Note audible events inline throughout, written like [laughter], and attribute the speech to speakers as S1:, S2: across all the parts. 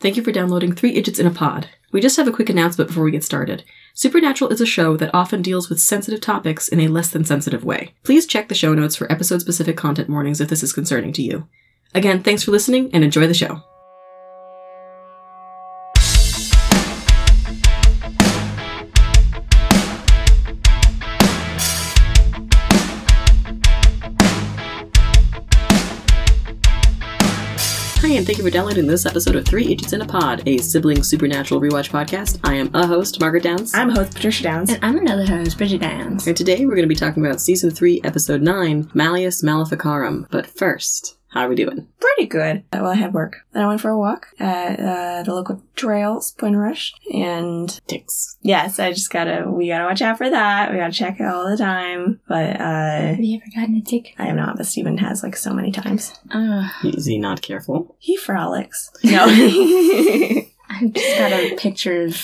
S1: Thank you for downloading Three Idiots in a Pod. We just have a quick announcement before we get started. Supernatural is a show that often deals with sensitive topics in a less than sensitive way. Please check the show notes for episode specific content warnings if this is concerning to you. Again, thanks for listening and enjoy the show. Hi, and thank you for downloading this episode of Three Idiots in a Pod, a sibling supernatural rewatch podcast. I am a host, Margaret Downs.
S2: I'm host Patricia Downs.
S3: And I'm another host, Bridget Downs.
S1: And today we're going to be talking about season three, episode nine, Malleus Maleficarum. But first, how are we doing?
S2: Pretty good. Uh, Well, I had work. Then I went for a walk at uh, the local trails, Point Rush, and
S1: Ticks.
S2: yes, I just gotta we gotta watch out for that. We gotta check it all the time. But uh,
S3: Have you ever gotten a tick?
S2: I am not. But Steven has like so many times.
S3: Uh,
S1: Is he not careful?
S2: He frolics. No.
S3: I just got a picture of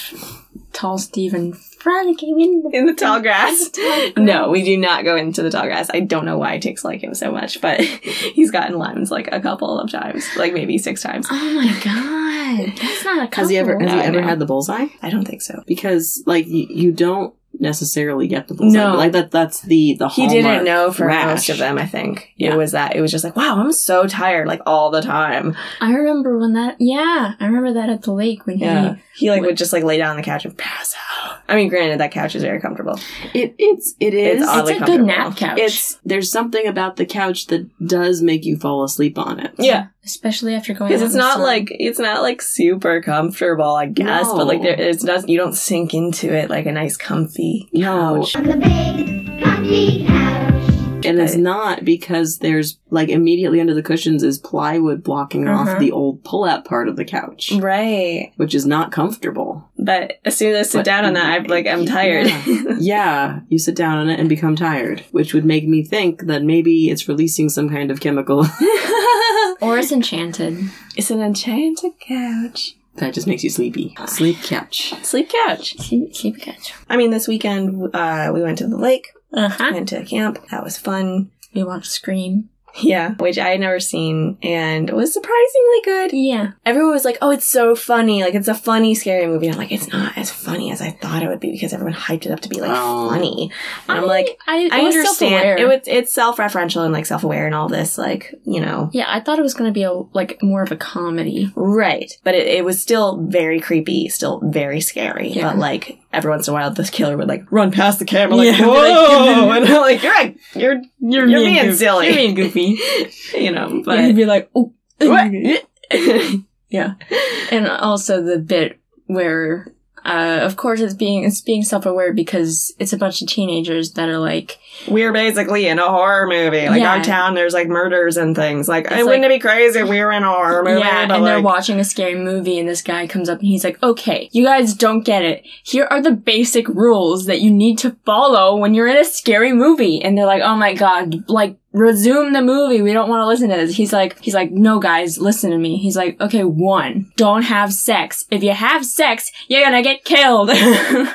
S3: tall Stephen frolicking in the,
S2: [laughs] in the tall grass.
S3: [laughs] tall grass.
S2: No, we do not go into the tall grass. I don't know why ticks like him so much, but [laughs] he's gotten limes like a couple of times, like maybe six times.
S3: Oh my god, that's not a couple.
S1: Has he ever has
S2: No,
S1: he
S2: I
S1: ever
S2: know.
S1: had the bullseye?
S2: I don't think so.
S1: Because like you, you don't necessarily get the bullseye.
S2: No.
S1: but, like that that's the the
S2: He
S1: hallmark
S2: didn't know for
S1: rash.
S2: most of them. I think
S1: Yeah.
S2: it was that it was just like, wow, I'm so tired, like all the time.
S3: I remember when that. Yeah, I remember that at the lake when he.
S2: Yeah, he like
S3: What-
S2: would just like lay down on the couch and pass out. I mean, granted, that couch is very comfortable.
S1: It it's it is.
S2: It's oddly
S3: It's a good
S2: comfortable.
S3: nap couch.
S1: It's- there's something about the couch that does make you fall asleep on it.
S2: Yeah,
S3: especially after going.
S2: because
S3: out
S2: it's
S3: in the
S2: not
S3: sun.
S2: like it's not like super comfortable, I guess. But like,
S1: No.
S2: there, it's not you don't sink into it like a nice comfy
S1: No.
S2: couch.
S4: on the big comfy couch.
S1: And it's not because there's like immediately under the cushions is plywood blocking off
S3: Uh-huh.
S1: the old pull out part of the couch,
S2: Mm-hmm. Right,
S1: which is not comfortable.
S2: but as soon as I sit
S1: But-
S2: down on that, I'm like, I'm tired.
S1: [laughs] yeah, you sit down on it and become tired, which would make me think that maybe it's releasing some kind of
S2: [laughs]
S1: chemical [laughs]
S3: Or it's enchanted.
S2: [laughs] it's an enchanted couch,
S1: that just makes you sleepy. Sleep couch.
S2: sleep couch.
S3: Sleep, sleep catch.
S2: I mean, this weekend uh, we went to the lake,
S3: Uh huh.
S2: went to a camp. That was fun.
S3: We watched Scream.
S2: Yeah, which I had never seen and was surprisingly good.
S3: Yeah.
S2: Everyone was like, "Oh, it's so funny! Like it's a funny scary movie." And I'm like, "It's not as funny as I thought it would be because everyone hyped it up to be like
S1: Oh.
S2: funny." And I'm like,
S3: I,
S2: "I
S3: it was
S2: understand.
S3: self-aware.
S2: It was it's self-referential and like self-aware and all this, like you know."
S3: Yeah, I thought it was going to be a like more of a comedy.
S2: Right, but it, it was still very creepy, still very scary.
S3: Yeah.
S2: But like every once in a while, this killer would like run past the camera, like
S3: Yeah. [laughs]
S2: whoa, [laughs] and I'm like, "You're a, you're [laughs] you're,
S3: being
S2: being
S3: goof-
S2: silly,
S3: you're
S2: [laughs]
S3: being goofy.
S2: you know."
S3: But he'd [laughs]
S2: But [laughs]
S3: be like, oh. [laughs]
S2: yeah,
S3: and also the bit where, uh, of course, it's being it's being self aware because it's a bunch of teenagers that are like,
S2: we're basically in a horror movie. Like
S3: Yeah.
S2: our town, there's like murders and things. Like,
S3: It's
S2: it wouldn't it be crazy if we were in a horror movie?
S3: yeah, and
S2: but
S3: they're
S2: like,
S3: watching a scary movie, and this guy comes up and he's like, okay, you guys don't get it. Here are the basic rules that you need to follow when you're in a scary movie, and they're like, oh my god, like. Resume the movie. We don't want to listen to this. He's like, he's like, no guys, listen to me. He's like, okay, one, don't have sex. If you have sex, you're gonna get killed.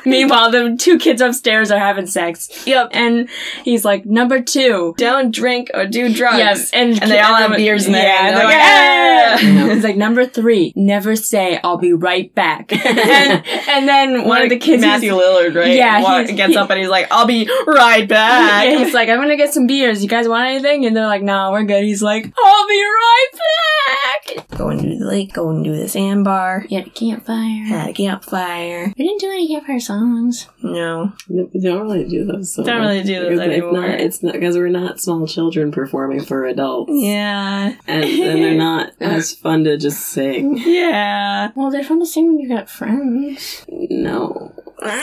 S3: [laughs] Meanwhile, the two kids upstairs are having sex. Yep. And he's like, number two,
S2: don't drink or do drugs.
S3: Yes, and,
S2: And they all have beers in their
S3: Yeah,
S2: hand.
S3: they're like,
S2: Yeah.
S3: "Ah!" It's like number three, never say I'll be right back. [laughs] and, and then one of the kids,
S2: Matthew
S3: [laughs] he's-
S2: Lillard, right?
S3: Yeah,
S2: Wa-
S3: he's-
S2: gets
S3: he-
S2: up and he's like, "I'll be right back."
S3: yeah, he's like, I'm gonna get some beers. You guys want anything? And they're like, No, we're good. He's like, I'll be right back.
S2: Going to the lake, going to the sandbar,
S3: We had a campfire.
S2: had a campfire.
S3: We didn't do any campfire songs.
S2: No,
S1: No, We don't really do those. So
S2: Don't
S1: much.
S2: really do those
S1: Because
S2: anymore.
S1: It's not because we're not small children performing for adults,
S2: yeah,
S1: and, and they're
S2: [laughs]
S1: not as fun to just sing.
S2: yeah.
S3: Well, they're fun to sing when you got friends.
S1: No, they're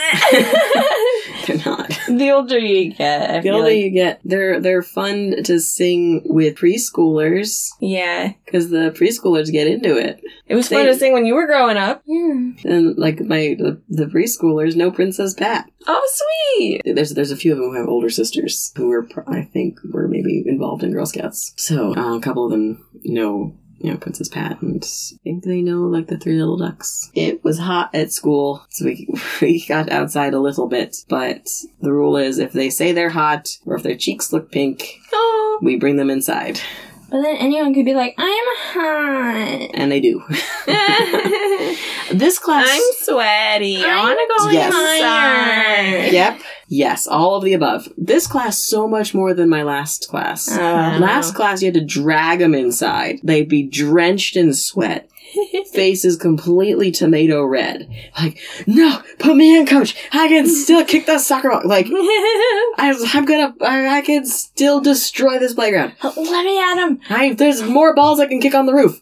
S1: not.
S2: [laughs] the older you get, I
S1: The
S2: feel
S1: older
S2: like,
S1: you get, they're they're fun to sing with preschoolers
S2: yeah,
S1: because the preschoolers get into it.
S2: it was
S1: They-
S2: fun to sing when you were growing
S3: [laughs]
S2: up.
S3: Yeah.
S1: And like my the, the preschoolers know Princess Pat.
S2: Oh, sweet.
S1: There's there's a few of them who have older sisters who were pr- I think were maybe involved in Girl Scouts. So uh, a couple of them know you know Princess Pat and I think they know like the Three Little Ducks. It was hot at school, so we [laughs] we got outside a little bit. But the rule is if they say they're hot or if their cheeks look pink,
S2: Oh,
S1: we bring them inside.
S3: [laughs] But then anyone could be like, I'm hot.
S1: And they do. [laughs] this class.
S2: I'm sweaty. I
S3: I'm
S2: want to go
S1: Yes.
S2: inside.
S1: Yep. Yes, all of the above. This class so much more than my last class.
S2: Uh,
S1: Last class, you had to drag them inside. They'd be drenched in sweat, faces completely tomato red. Like, no, put me in, coach. I can still kick that soccer ball. Like, I, I'm gonna, I, I can still destroy this playground.
S3: Let me at him.
S1: I, there's more balls I can kick on the roof.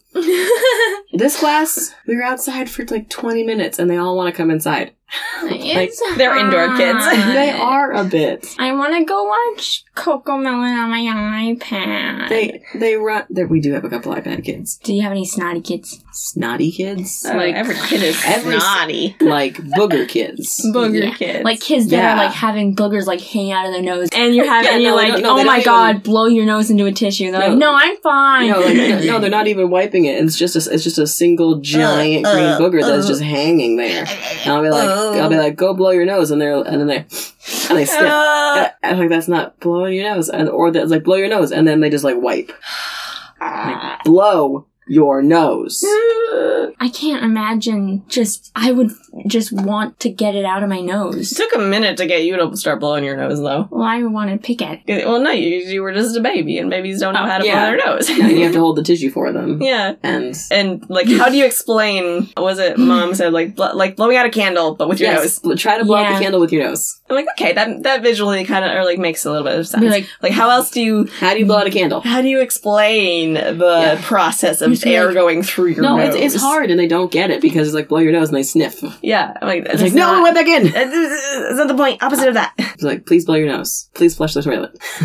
S1: This class, we were outside for like 20 minutes and they all want to come inside.
S2: [laughs] they're indoor kids.
S1: [laughs] They are a bit.
S3: I want to go watch Coco Melon on my iPad.
S1: They, they run, that we do have a couple iPad kids.
S3: Do you have any snotty kids?
S1: Snotty kids.
S2: Oh, [laughs]
S3: Like-
S2: every kid is
S1: Every-
S2: snotty.
S1: like booger [laughs] kids.
S2: Booger
S3: Yeah.
S2: kids.
S3: Like kids that
S1: Yeah.
S3: are like having boogers like hang out of their nose, and [laughs] you're having
S1: Yeah,
S3: and
S1: no,
S3: you're
S1: they
S3: like,
S1: don't- no, they
S3: oh my
S1: don't
S3: god,
S1: even-
S3: blow your nose into a tissue. And they're
S1: No.
S3: like, no, I'm fine.
S1: No, like,
S3: [laughs]
S1: no, no, they're not even wiping it. It's just a, it's just a single giant
S2: Uh,
S1: green
S2: uh,
S1: booger that is
S2: uh.
S1: just hanging there. And I'll be like,
S2: Oh.
S1: I'll be like, go blow your nose, and they're and then they and they sniff.
S2: Uh,
S1: And I'm like, that's not blowing your nose, and or that's like blow your nose, and then they just like wipe, like, blow your nose.
S3: I can't imagine. Just I would just want to get it out of
S2: [laughs]
S3: my
S2: it
S3: nose.
S2: took a minute to get you to start blowing your nose, though.
S3: Well, I want to pick at.
S2: Well, no, you, you were just a baby, and babies don't know
S1: Oh,
S2: how to
S1: yeah.
S2: blow their nose.
S1: and you have to hold the tissue for them.
S2: [laughs] yeah.
S1: And
S2: And like, how do you explain? Was it mom said like bl- like blowing out a candle, but with your
S1: yes,
S2: nose?
S1: try to blow out
S3: Yeah.
S1: the candle with your nose.
S2: I'm like, okay, that that visually kind of or like makes a little bit of sense.
S3: Be like,
S2: Like, how else do you
S1: How do you blow out a candle?
S2: how do you explain the
S1: Yeah.
S2: process
S3: It's
S2: of
S3: like-
S2: air going through your
S1: No,
S2: nose?
S1: it's, it's hard, and they don't get it because it's like blow your nose, and they sniff. It's
S2: Yeah, I'm like, it's
S1: like, no, I went back in.
S2: Is that the point? Opposite of that. [laughs]
S1: It's like, please blow your nose. Please flush the toilet.
S3: [laughs]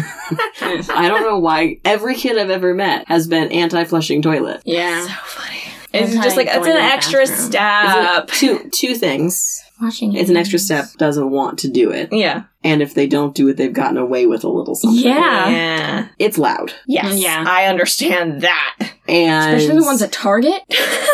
S1: I don't know why every kid I've ever met has been anti-flushing toilet.
S3: yeah,
S2: funny. It's
S3: That's how
S2: just
S3: I
S2: like it's
S3: go
S2: an
S3: in the
S2: extra
S3: bathroom.
S2: step.
S1: It's a- two two things.
S3: watching.
S1: It's an extra step. Doesn't want to do it,
S2: Yeah.
S1: and if they don't do it, they've gotten away with a little something.
S3: Yeah.
S2: Yeah.
S1: it's loud,
S2: Yes.
S3: Yeah.
S2: I understand that. [laughs]
S1: and
S3: Especially the ones at Target.
S1: [laughs]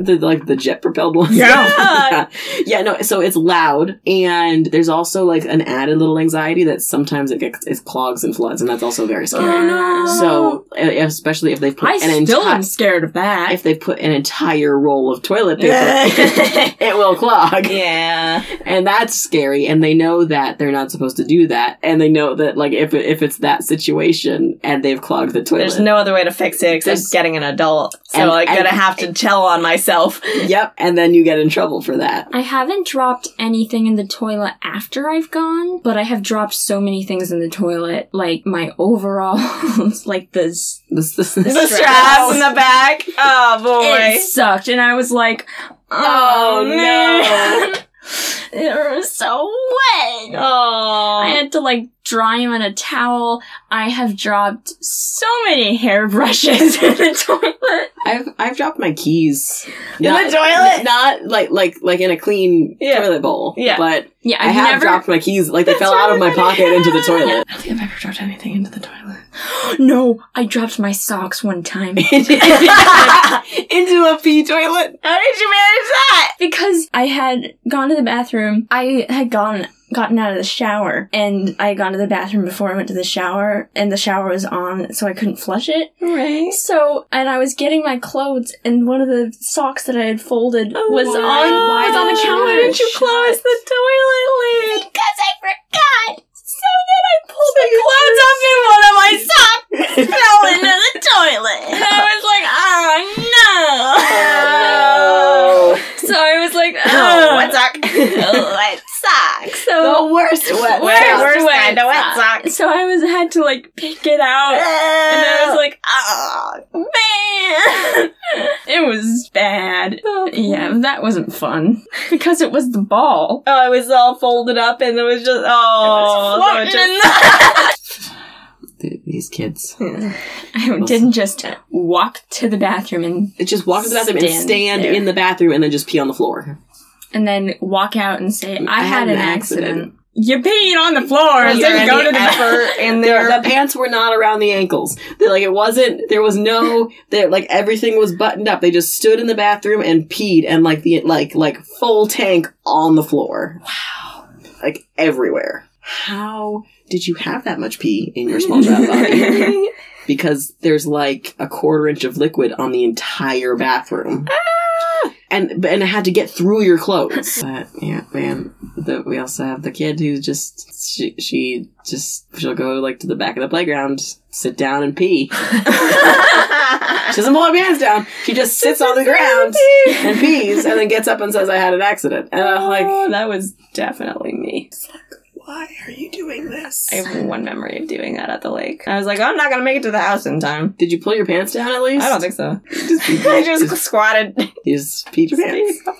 S1: the, like the jet propelled ones.
S2: Yeah.
S1: [laughs] yeah, Yeah, No, so it's loud, and there's also like an added little anxiety that sometimes it gets it clogs and floods, and that's also very
S3: Oh,
S1: scary. So, e- especially if they've put
S3: I
S1: an
S3: still
S1: entire
S3: am scared of that.
S1: if they put an entire roll of toilet paper, [laughs] it will clog.
S2: yeah.
S1: And that's scary. And they know that they're not supposed to do that. And they know that, like, if, if it's that situation and they've clogged the toilet.
S2: There's no other way to fix it except
S1: There's-
S2: getting an adult. So
S1: And-
S2: I'm gonna
S1: and-
S2: have to tell on myself.
S1: Yep. And then you get in trouble for that.
S3: I haven't dropped anything in the toilet after I've gone, but I have dropped so many things in the toilet, like my overalls, [laughs] like this.
S1: This,
S2: [laughs]
S1: this,
S2: The
S1: this-
S2: straps
S3: straps.
S2: in the back. Oh boy.
S3: It sucked, and I was like,
S2: Oh,
S3: "Oh,
S2: no.
S3: man, [laughs] it was so wet." I
S2: oh.
S3: had to like dry them in a towel. I have dropped so many hairbrushes [laughs] in the toilet.
S1: I've, I've dropped my keys.
S2: In the toilet?
S1: Not like, like, like in a clean
S2: Yeah.
S1: toilet bowl.
S2: Yeah.
S1: But
S3: Yeah,
S1: i
S3: I've
S1: have
S3: never.
S1: dropped my keys. Like, they
S2: That's
S1: fell
S2: what
S1: out of my
S2: I wanted.
S1: pocket into
S3: [laughs]
S1: the
S2: [laughs]
S1: toilet.
S2: I don't think I've ever dropped anything into the toilet.
S3: no, I dropped my socks one time.
S1: [laughs]
S2: Oh,
S1: into a pee toilet.
S2: How did you manage that?
S3: because I had gone to the bathroom. I had gone gotten out of the shower and I had gone to the bathroom before I went to the shower and the shower was on so I couldn't flush it.
S2: Right.
S3: So and I was getting my clothes and one of the socks that I had folded was
S1: why-
S3: on
S1: why
S3: was on the
S2: Oh,
S1: did you
S3: counter.
S1: Why Oh didn't you
S2: close the toilet lid?
S3: Because I forgot. So then I pulled the
S2: Close up in one of my socks.
S3: fell into the toilet.
S1: [laughs]
S3: And I was
S1: Oh,
S3: like, oh no. So I was like,
S2: Oh,
S3: oh,
S2: what's
S3: [laughs]
S2: up?
S3: wet sock.
S1: [laughs]
S3: So
S1: The worst wet
S3: Where-
S2: Worst
S1: socks.
S3: where's
S2: kind
S3: my
S2: of wet sock?
S3: So I was had to like pick it out, and I was like, "Oh man, [laughs] it was bad." Yeah, that wasn't fun [laughs] because it was the ball.
S2: Oh, it was all folded up and it was just oh, so it
S3: Floating in
S2: just-
S3: the-
S1: Th- These kids.
S3: I didn't just walk to the bathroom and
S1: It just walk in the bathroom and
S3: Stand
S1: stand
S3: there.
S1: in the bathroom and then just pee on the floor.
S3: and then walk out and say, "I, had, an accident.
S1: accident.
S3: You peed on the
S2: [laughs]
S3: floor.
S2: Was
S3: and
S2: there
S3: then go
S2: any
S3: to
S2: [laughs]
S3: the bathroom.
S2: effort in
S1: There, [laughs]
S2: there?
S1: the pants were not around the ankles. They, like it wasn't. There was no. There like everything was buttoned up. They just stood in the bathroom and peed and like the like like full tank on the floor. Wow. Like everywhere. How did you have that much pee in
S3: [laughs]
S1: your small fat Oh, body? because there's like a quarter inch of liquid on the entire bathroom. and but- and I had to get through your clothes. [laughs] but yeah, man. The, we also have the kid who just she, she just she'll go like to the back of the playground, sit down and pee. She doesn't pull her pants down. She just sits on the ground and pees, and then gets up and says, "I had an accident." And I'm like,
S2: oh, that was definitely me.
S1: "Why are you doing this?"
S2: I [laughs] have one memory of doing that at the lake. I was like, I'm not gonna make it to the house in time.
S1: Did you pull your pants down at least? [laughs]
S2: I don't think so. I [laughs] just squatted.
S1: You just peed your pants.
S2: my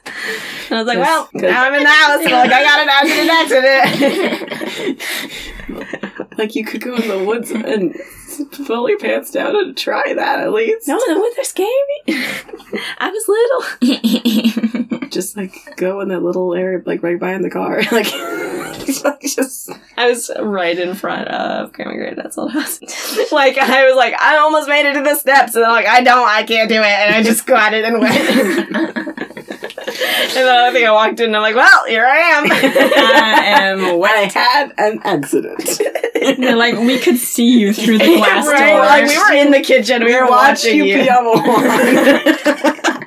S2: pants. And I was like,
S1: Yes.
S2: well, now I'm in the house. And like, I got an accident, accident.
S1: Like you could go in the woods and pull your pants down and try that at least.
S3: Oh,
S2: no, the woods are scary. [laughs]
S3: [laughs]
S2: I was little.
S1: Just like go in that little area, like right behind the car, [laughs] like. just
S2: I was right in front of Grandma Great Dad's old house. [laughs] like, I was like, I almost made it to the steps. And I'm like, I don't, I can't do it. And I just squatted and went. [laughs] and then I think I walked in and I'm like, well, here
S1: [laughs]
S2: I am.
S3: am
S1: when [laughs] I had an accident.
S2: [laughs]
S3: They're like, we could see you through the glass
S2: right?
S3: door.
S2: Like, we were in the kitchen. We were
S1: Watch
S2: watching
S1: you
S2: you.
S1: pee on the lawn.
S3: [laughs]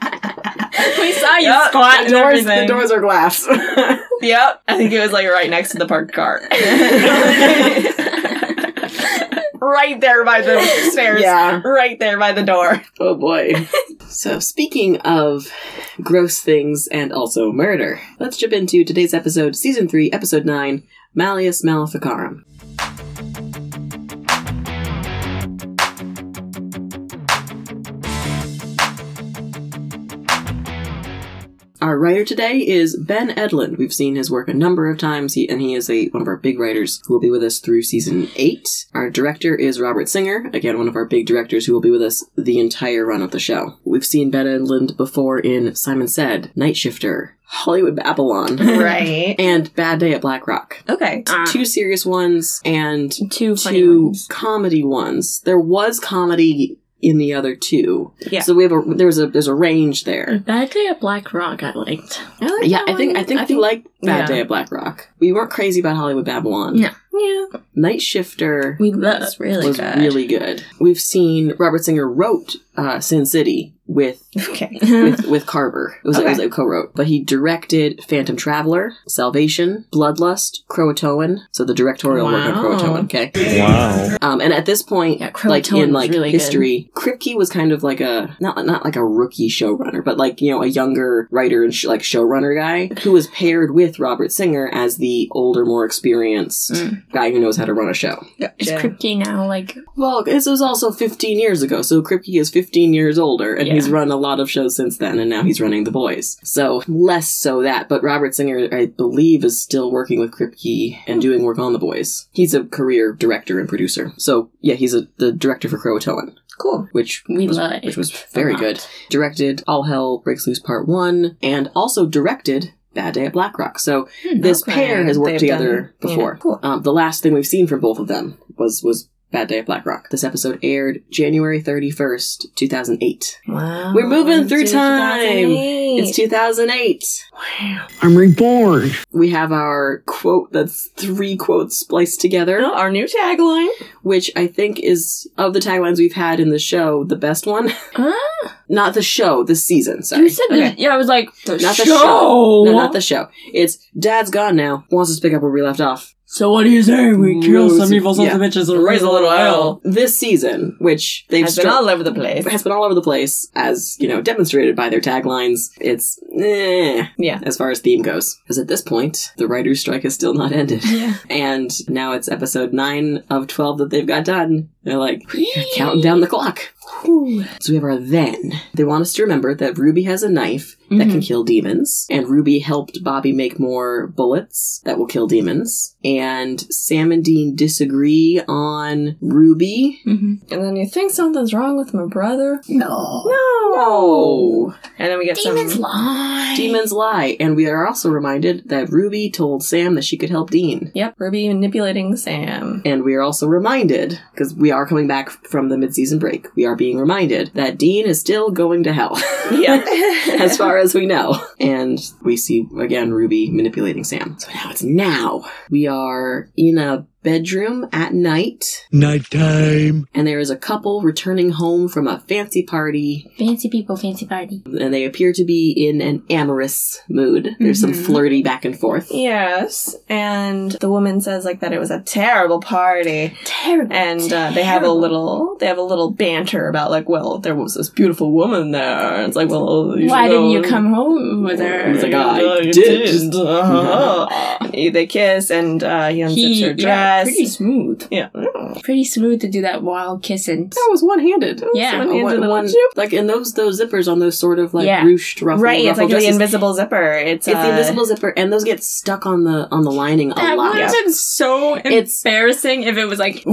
S2: [laughs]
S3: We saw you
S2: Yup,
S3: squat
S1: the
S3: and
S1: doors,
S3: everything.
S1: the doors are glass.
S2: Yep. I think it was like right next to the parked
S1: [laughs]
S2: car.
S3: [laughs]
S2: right there by the stairs. [laughs]
S1: yeah.
S2: Right there by the door.
S1: Oh boy. so, speaking of gross things and also murder, let's jump into today's episode, Season 3, Episode 9 Malleus Maleficarum. Our writer today is Ben Edlund. We've seen his work a number of times, he, and he is a, one of our big writers who will be with us through season eight. Our director is Robert Singer, again, one of our big directors who will be with us the entire run of the show. We've seen Ben Edlund before in Simon Said, Night Shifter, Hollywood Babylon, [laughs]
S2: Right.
S1: and Bad Day at Black Rock.
S2: [laughs] Okay.
S3: Ah.
S1: Two serious ones and
S3: two funny
S1: two
S3: ones.
S1: comedy ones. There was comedy in the other two.
S2: Yeah.
S1: So we have a there's a there's a range there.
S3: That day at Black Rock, I liked.
S1: Yeah, I think I think we liked Bad
S3: yeah.
S1: Day at Black Rock. We weren't crazy about Hollywood Babylon.
S3: No.
S2: Yeah.
S1: Night Shifter
S3: we loved.
S2: really
S1: was
S3: [laughs]
S1: really good. We've seen Robert Singer wrote uh, Sin City with
S3: [laughs]
S2: okay.
S3: Mm.
S1: with, with Carver. It was, it was a co-wrote, but he directed Phantom Traveler, Salvation, Bloodlust, Croatoan. So the directorial work on
S3: Wow.
S1: Croatoan. Okay.
S5: Wow.
S1: Um, and at this point,
S3: Yeah, Croatoan
S1: like in
S3: was
S1: like
S3: really good.
S1: history, Kripke was kind of like a not not like a rookie showrunner, but like you know a younger writer and sh- like showrunner guy who was paired with Robert Singer as the older, more experienced
S3: Mm.
S1: guy who knows how to run a show.
S3: Is Kripke now like
S1: Well, this was also 15 years ago, so Kripke is 15 years older, and he's run a lot of shows since then, and now he's running The Boys. So less so that, but Robert Singer, I believe, is still working with Kripke and doing work on The Boys. He's a career director and producer. So yeah, he's a, the director for Croatoan,
S2: Cool.
S1: which
S3: we
S1: was,
S3: loved.
S1: which was very
S3: lot.
S1: good. Directed All Hell Breaks Loose Part One, and also directed. Bad Day at Black Rock. So this
S2: okay.
S1: pair has worked
S2: They've
S1: together
S2: done- yeah,
S1: before.
S2: cool.
S1: Um, the last thing we've seen from both of them was was Bad Day at Black Rock. This episode aired January 31st, 2008.
S2: Wow.
S1: We're moving through
S2: It's
S1: time.
S2: 2008.
S1: It's 2008.
S5: I'm reborn.
S1: We have our quote that's three quotes spliced together,
S2: our new tagline.
S1: which I think is of the taglines we've had in the show, the best one. [laughs]
S3: Huh?
S1: Not the show, this season,
S3: You
S1: sorry.
S3: said
S2: Okay.
S3: the, yeah. I was like the
S1: Not
S3: show.
S1: the show. No, not the show. It's Dad's gone now. Wants us to pick up where we left off.
S3: so what do you say? We kill
S1: Rose-
S3: some evil sons of bitches and raise a little hell.
S1: This season, which they've
S2: It's been
S1: stri-
S2: all over the place.
S1: has been all over the place, as you know, demonstrated by their taglines. It's eh,
S2: Yeah.
S1: as far as theme goes, because at this point, the writers' strike has still not ended, [laughs]
S3: Yeah.
S1: and now it's episode nine of twelve that they've got done. They're like counting down the clock. So we have our then. They want us to remember that Ruby has a knife that
S2: Mm-hmm.
S1: can kill demons, and Ruby helped Bobby make more bullets that will kill demons. And Sam and Dean disagree on Ruby.
S3: Mhm.
S2: And then you think something's wrong with my brother.
S1: No.
S2: No.
S1: Oh.
S2: And then we get some.
S3: lie.
S1: Demons lie, and we are also reminded that Ruby told Sam that she could help Dean.
S2: Yep, Ruby manipulating [laughs] Sam.
S1: And we are also reminded, because we are coming back from the midseason break, we are being reminded that Dean is still going to hell. [laughs]
S2: [laughs]
S1: as far as we know. And we see again Ruby manipulating Sam. So now it's now. We are in a bedroom at night,
S5: Nighttime.
S1: and there is a couple returning home from a fancy party,
S3: Fancy people, fancy party.
S1: and they appear to be in an amorous mood. There's some
S3: Mhm.
S1: flirty back and forth.
S2: Yes, and the woman says like that it was a terrible party,
S3: Terrible.
S2: and uh, they have a
S3: terrible.
S2: little they have a little banter about like, well, there was this beautiful woman there. It's like, well, you
S3: Why
S2: should
S3: didn't
S2: know.
S3: you come home with her?
S1: It's like,
S2: Yeah,
S1: I
S2: you
S1: did.
S2: Uh-huh. [laughs] they kiss, and uh, he unzips
S3: He,
S2: her
S3: yeah,
S2: dress.
S3: pretty smooth.
S2: yeah,
S3: Pretty smooth to do that wild kissing.
S1: That was one handed.
S3: Yeah.
S2: One-handed little chip.
S1: like and those those zippers on those sort of like
S3: Yeah.
S1: ruched ruffle,
S2: right. It's
S1: ruffle
S2: like the
S1: dresses.
S2: invisible zipper. It's,
S1: it's
S2: uh,
S1: the invisible zipper, and those get stuck on the on the lining a
S3: That
S1: lot.
S3: would have been so
S1: It's-
S3: embarrassing if it was like.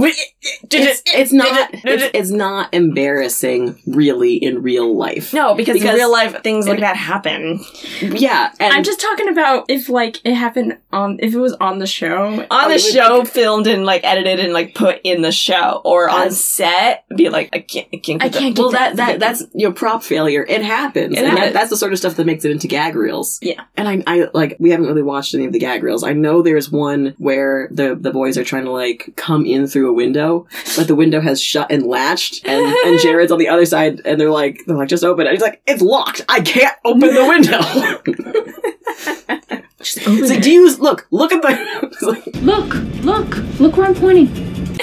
S1: It's, it's not it's, it's not embarrassing really in real life.
S2: No, because, in
S1: Because-
S2: real life things like that happen.
S1: Yeah, and
S3: I'm just talking about if like it happened on if it was on the show.
S2: on
S1: I
S2: the
S1: would-
S2: show, filmed and like edited and like put in the show, or on
S1: Yes.
S2: set, be like, I can't, I can't,
S3: I
S2: get that.
S3: can't get
S1: well that that that's you know prop failure. It happens,
S2: It
S1: and
S2: happens.
S1: That, that's the sort of stuff that makes it into gag reels.
S2: Yeah.
S1: and I I like we haven't really watched any of the gag reels. I know there's one where the the boys are trying to like come in through a window, but the window has shut and latched, and
S3: [laughs]
S1: and Jared's on the other side, and they're like they're like just open it. And he's like it's locked. I can't open the
S3: [laughs]
S1: window.
S3: Just open
S1: it's like
S3: it.
S1: do you look look at the. [laughs] It's like,
S3: look, look, look where I'm pointing.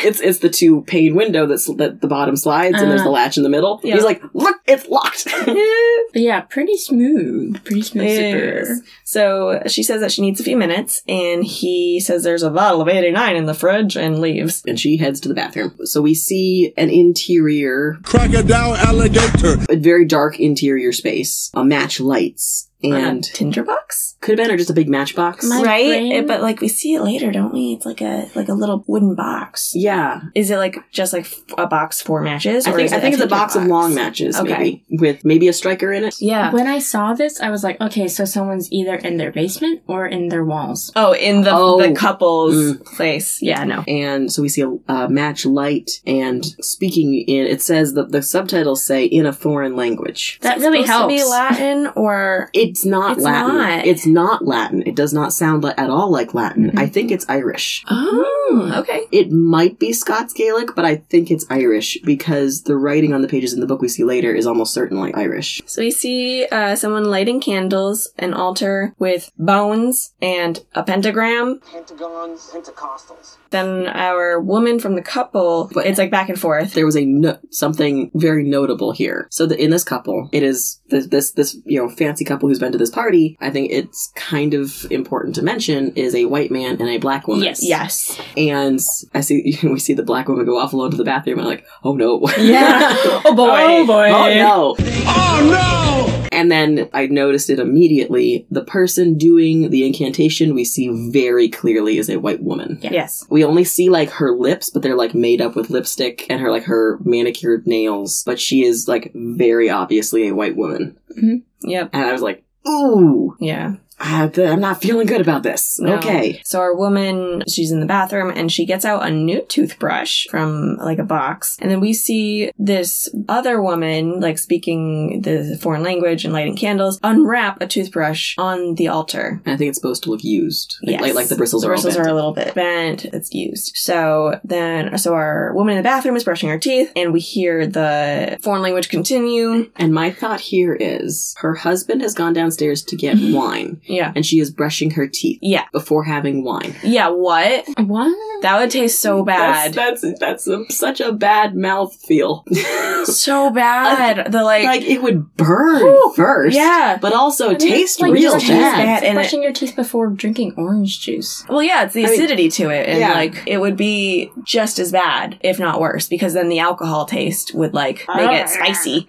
S1: it's it's the two pane window that's that the bottom slides and
S3: Uh-huh.
S1: there's the latch in the middle.
S2: Yeah.
S1: He's like, look, it's
S3: [laughs]
S1: locked.
S3: But yeah, pretty smooth, pretty smooth
S2: Yes.
S3: zipper.
S2: So she says that she needs a few minutes, and he says there's a bottle of 89 in the fridge and leaves.
S1: and she heads to the bathroom. So we see an interior,
S5: Crocodile alligator.
S1: a very dark interior space, a match lights,
S2: on a
S1: and
S2: tinderbox,
S1: could have been or just a big matchbox.
S3: My-
S2: right?
S3: brain-
S2: It- but like we see it later, don't we? It's like a like a little wooden box.
S1: yeah,
S2: Is it like just like f- a box for matches?
S1: I
S2: or
S1: think
S2: is it
S1: I think it's a box of long
S2: tinderbox?
S1: matches,
S2: Okay.
S1: maybe with maybe a striker in it.
S2: Yeah.
S3: When I saw this, I was like, okay, so someone's either in their basement or in their [laughs] walls.
S2: Oh, Mm. in the
S1: Oh.
S2: the couple's place. Yeah, no.
S1: And so we see a, a match light and speaking in. It says the the subtitles say in a foreign language.
S3: That really
S2: supposed
S3: helps.
S2: To be Latin or
S1: It's not
S2: It's
S1: Latin.
S2: not. Mm-hmm.
S1: It's not Latin. It does not sound li- at all like Latin. I think it's Irish.
S2: [gasps] oh, okay.
S1: It might be Scots Gaelic, but I think it's Irish because the writing on the pages in the book we see later is almost certainly Irish.
S2: So we see uh, someone lighting candles, an altar with bones and a pentagram.
S6: Pentagons, Pentecostals.
S2: Then our woman from the couple. It's like back and forth.
S1: There was a no- something very notable here. So that in this couple, it is this, this this you know fancy couple who's been to this party. I think it's kind of important to mention is a white man and a black woman.
S3: Yes.
S2: Yes.
S1: And I see [laughs] we see the black woman go off alone to the bathroom. I'm like, oh no. [laughs]
S2: oh boy.
S3: Oh, [laughs] boy.
S1: Oh no.
S5: Oh no!
S1: And then I noticed it immediately. The person doing the incantation we see very clearly is a white woman.
S2: Yes.
S1: We only see like her lips, but they're like made up with lipstick and her like her manicured nails. But she is like very obviously a white woman.
S2: Yep.
S1: And I was like, ooh,
S2: Yeah.
S1: I, am not feeling good about this.
S2: No.
S1: Okay.
S2: So our woman, she's in the bathroom and she gets out a new toothbrush from like a box. And then we see this other woman, like speaking the foreign language and lighting candles, unwrap a toothbrush on the altar.
S1: And I think it's supposed to look used. Like,
S2: Yes.
S1: like, like the bristles
S2: The
S1: are
S2: bristles
S1: all
S2: are
S1: bent.
S2: a little bit bent. It's used. So then, so our woman in the bathroom is brushing her teeth, and we hear the foreign language continue.
S1: And my thought here is her husband has gone downstairs to
S2: [laughs]
S1: get wine
S2: Yeah,
S1: and she is brushing her teeth
S2: yeah,
S1: before having wine.
S2: yeah. What?
S3: What?
S2: That would taste so bad.
S1: That's that's, that's a, such a bad mouth feel.
S2: so bad. The like,
S1: like it would burn
S2: Whew,
S1: first.
S2: yeah.
S1: But also
S3: I mean,
S1: taste
S3: like,
S1: real
S3: just
S2: taste bad.
S1: bad.
S3: It's
S2: and it-
S3: brushing your teeth before drinking orange juice.
S2: Well, yeah, it's the
S1: I mean,
S2: acidity to it, and
S1: yeah.
S2: like it would be just as bad, if not worse, because then the alcohol taste would like make
S1: Oh.
S2: it spicy.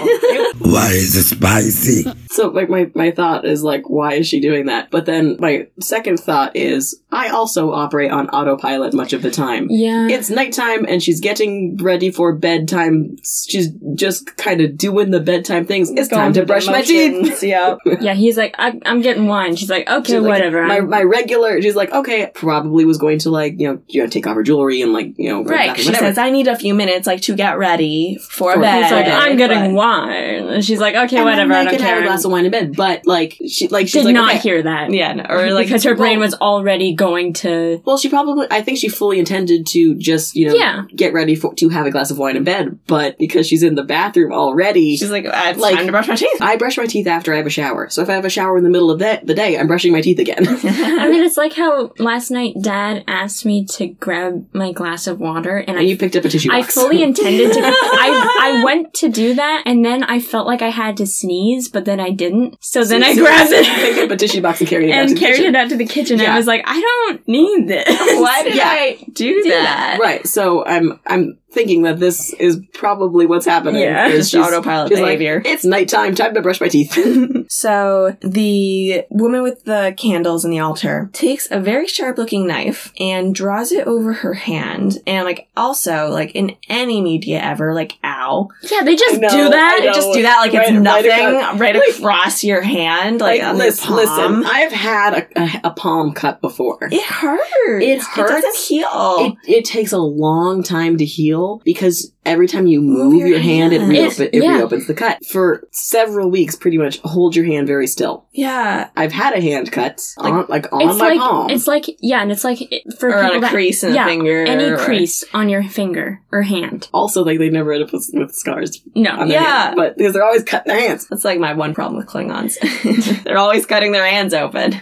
S5: Why is it spicy?
S1: So like my, my thought is like, why is she doing that? But then my second thought is I also operate on autopilot much of the time.
S3: Yeah.
S1: It's nighttime and she's getting ready for bedtime. She's just kind of doing the bedtime things. It's time to brush my teeth.
S2: [laughs] yeah,
S3: yeah, he's like, I, I'm getting wine. She's like, okay,
S1: She's like,
S3: whatever.
S1: my,
S3: I'm-
S1: my regular. She's like, okay, probably was going to like you know you know take off her jewelry and like you know go to the
S3: Right,
S1: bathroom,
S2: she
S1: whatever.
S2: says I need a few minutes, like to get ready for
S1: For-
S2: bed.
S3: he's like,
S1: bed,
S3: I'm
S2: but-
S3: getting wine. And she's like, okay,
S1: And then
S3: whatever. I
S1: they
S3: don't
S1: could have
S3: care.
S1: a glass of wine in bed, but like she like she's
S3: did
S2: like,
S3: not
S2: okay.
S3: hear that.
S2: Yeah, no, or like
S3: because her brain
S2: well,
S3: was already going to.
S1: Well, she probably, I think she fully intended to just, you know,
S3: Yeah.
S1: get ready for, to have a glass of wine in bed, but because she's in the bathroom already,
S2: She's like, "Ah, it's
S1: Like-
S2: time to brush
S1: [laughs]
S2: my teeth.
S1: I brush my teeth after I have a shower. So if I have a shower in the middle of that, the day, I'm brushing my teeth again. [laughs]
S3: I mean, it's like how last night Dad asked me to grab my glass of water, and I
S1: and you picked up a tissue
S3: I
S1: box. [laughs]
S3: fully intended to. I, I went to do that, and then I felt like I had to sneeze, but then I didn't. So then I
S1: So
S3: grabbed
S1: you picked up
S3: it
S1: a tissue box and carried it out to
S3: [laughs] and
S1: the
S3: carried
S1: kitchen.
S3: it out to the kitchen. And
S1: Yeah.
S3: I was like, I don't
S1: [laughs]
S3: need this.
S2: Why did
S1: Yeah.
S2: I do
S3: Do
S2: that?
S1: Right, so I'm I'm thinking that this is probably what's happening.
S3: Yeah.
S1: is
S2: Just autopilot
S1: she's like,
S2: behavior.
S1: it's nighttime, time to brush my teeth. [laughs]
S2: So the woman with the candles in the altar takes a very sharp looking knife and draws it over her hand. And like also, like in any media ever, like ow.
S3: Yeah, they just
S1: I know,
S3: do that.
S1: I know.
S2: Just do that like it's
S1: Right- right
S2: nothing
S1: across-
S2: right
S1: like-
S2: across your hand. Like,
S1: like,
S2: on your
S1: listen,
S2: palm.
S1: listen, I've had a, a, a palm cut before.
S2: It hurts.
S1: It hurts.
S2: It doesn't heal.
S1: It, it takes a long time to heal because every time you move, your, hand,
S2: hand.
S1: it, reopen,
S3: It-
S1: it
S3: yeah.
S1: reopens the cut. For several weeks, pretty much, hold your hand very still.
S2: yeah.
S1: I've had a hand cut,
S2: Like-
S1: on, like on
S3: It's
S1: my
S3: like
S1: palm.
S3: it's like yeah, and it's like it- for
S2: Or
S3: people
S2: on a
S3: that-
S2: crease in
S3: yeah,
S2: a finger.
S3: any
S2: or-
S3: crease on your finger or hand.
S1: also, like they never end up with, with scars
S3: No,
S1: on their
S2: Yeah.
S1: hand, but because they're always cutting their hands.
S2: That's like my one problem with Klingons. [laughs] They're always cutting their
S1: [laughs]
S2: hands open.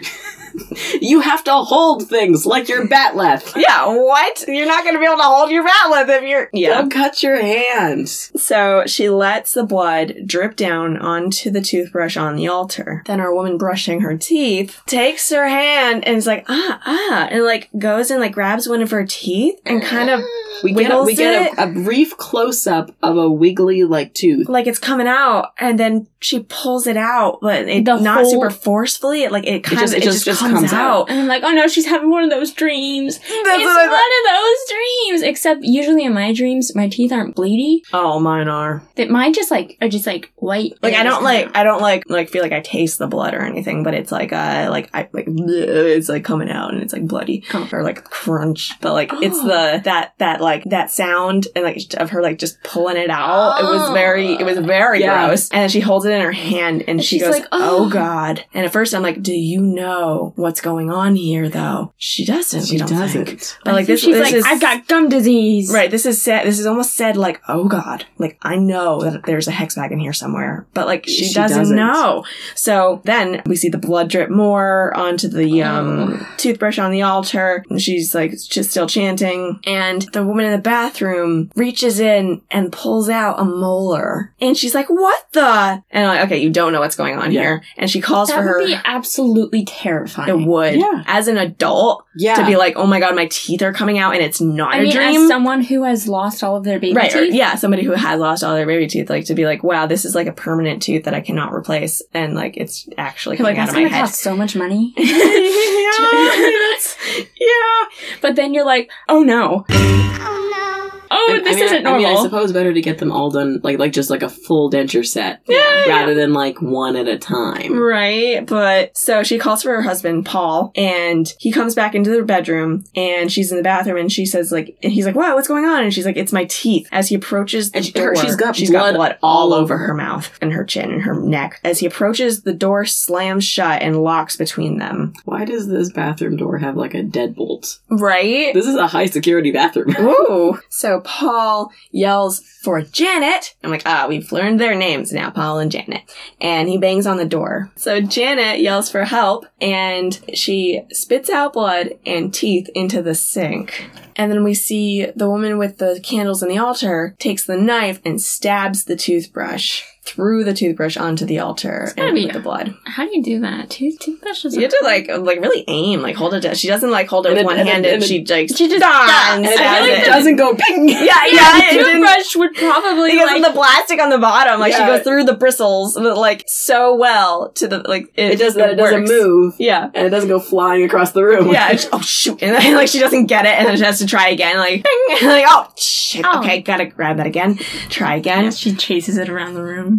S1: You have to hold things like your bat left.
S2: Yeah, what? You're not going to be able to hold your bat if you're. Yeah.
S1: Don't cut your hand.
S2: So she lets the blood drip down onto the toothbrush on the altar. Then our woman brushing her teeth takes her hand and is like, ah, ah, and like goes and like grabs one of her teeth and kind of
S1: We get a, we
S2: Wiggles
S1: get a, a brief close up of a wiggly like tooth.
S2: like it's coming out and then she pulls it out, but it,
S3: The
S2: not
S3: whole-
S2: super forcefully. It like it kind
S1: just-
S2: of it, just, comes, out.
S3: and I'm like, oh no, she's having one of those dreams. it's
S2: what I
S3: one of those dreams. Except usually in my dreams, my teeth aren't bleedy.
S2: Oh, mine are.
S3: That mine just like are just like white.
S2: Like
S3: and
S2: I
S3: they
S2: don't
S3: just
S2: like
S3: come out.
S2: I don't like like feel like I taste the blood or anything, but it's like uh like I like it's like coming out and it's like bloody
S3: Oh.
S2: or like crunch, but like it's
S3: Oh. [gasps]
S2: the that that like that sound and like of her like just pulling it out. It was
S3: Oh.
S2: very it was very
S1: Yeah.
S2: gross. And then she holds it in her hand and
S3: And
S2: she
S3: she's
S2: goes,
S3: like,
S2: oh.
S3: "Oh."
S2: god!" And at first I'm like, "Do you know what's going on here?" Though she doesn't. we don't Think. But
S3: I
S2: like
S3: think
S2: this,
S3: she's
S2: this
S3: like,
S2: is
S3: I've got gum disease.
S2: Right, this is said. This is almost said like, "Oh God!" Like I know that there's a hex bag in here somewhere, but like she,
S1: She
S2: doesn't,
S1: doesn't.
S2: know. So then we see the blood drip more onto the
S3: Oh.
S2: um, toothbrush on the altar. And she's like, just still chanting, and the woman in the bathroom reaches in and pulls out a molar, and she's like, "What the?" And I'm like, okay, you don't know what's going on
S1: Yeah.
S2: here, and she calls
S3: That
S2: for her.
S3: would be absolutely
S2: it
S3: terrifying.
S2: would,
S1: Yeah.
S2: as an adult,
S1: Yeah.
S2: to be like, "Oh my God, my teeth are coming out," and it's not
S3: I
S2: a
S3: mean,
S2: dream.
S3: as someone who has lost all of their baby
S2: right or-
S3: teeth,
S2: yeah somebody who had lost all their baby teeth like to be like wow this is like a permanent tooth that i cannot replace and like it's actually
S3: like
S2: coming out
S3: that's
S2: of my
S3: gonna
S2: head
S3: cost so
S2: [laughs]
S3: much money.
S2: yeah, that's- yeah.
S3: but then you're like, oh no,
S4: Oh no.
S3: oh
S1: I- I
S3: this
S1: mean,
S3: isn't
S1: I, I
S3: normal.
S1: mean, I suppose better to get them all done, like like just like a full denture set, rather than like one at a
S3: Mm.
S1: time.
S2: Right, but so she calls for her husband, Paul, and he comes back into the bedroom and she's in the bathroom and she says, like, and he's like, wow, what's going on? And she's like, it's my teeth. As he approaches the
S1: And she-
S2: door,
S1: her- she's got blood
S2: all
S1: all
S2: over
S1: over.
S2: her mouth and her chin and her neck. As he approaches, the door slams shut and locks between them.
S1: Why does this bathroom door have like a deadbolt?
S2: Right?
S1: This is a high security bathroom. [laughs]
S2: Ooh. So Paul yells for Janet. I'm like, ah, we've learned their names now, Paul and Janet. And he bangs on the door. So Janet yells for help and she spits out blood and teeth into the sink. And then we see the woman with the candles in the altar takes the knife and stabs the toothbrush through the toothbrush onto the altar
S3: gotta
S2: and
S3: be-
S2: with the blood.
S3: How do you do that? Tooth toothbrush is
S2: You have to like like really aim, like hold it down. She doesn't like hold it
S1: And
S2: with
S1: it-
S2: one
S1: and it-
S2: hand and,
S1: and it-
S2: she like
S3: She just
S2: ah, and
S3: does. I feel
S2: stabs
S3: like
S2: it.
S1: it doesn't go ping.
S2: Yeah,
S3: yeah,
S2: yeah, it
S3: the
S2: didn't-
S3: toothbrush would probably
S2: because
S3: like
S2: of the plastic on the bottom, like she
S1: Yeah.
S2: goes through the bristles, but like so well to the like
S1: It does that. It doesn't
S2: works.
S1: move, [laughs]
S2: Yeah,
S1: and it doesn't go flying across the room.
S2: yeah. it's- oh shoot! And then, like she doesn't get it, and then she has to try again. Like, [laughs] bing, and, like oh shit!
S3: Oh.
S2: Okay, gotta grab that again. Try again.
S3: Yeah, she chases it around the room.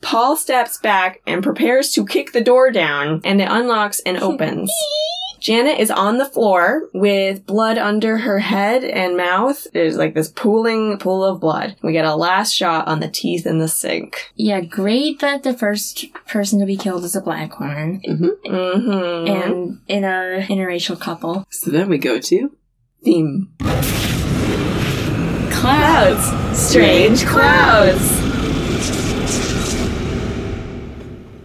S2: Paul steps back and prepares to kick the door down, and it unlocks and opens. Janet is on the floor with blood under her head and mouth. There's like this pooling pool of blood. We get a last shot on the teeth in the sink.
S3: Yeah, great that the first person to be killed is a black woman
S2: Mm-hmm. And
S3: and in a interracial couple.
S1: So then we go to
S2: theme. Clouds. Strange clouds.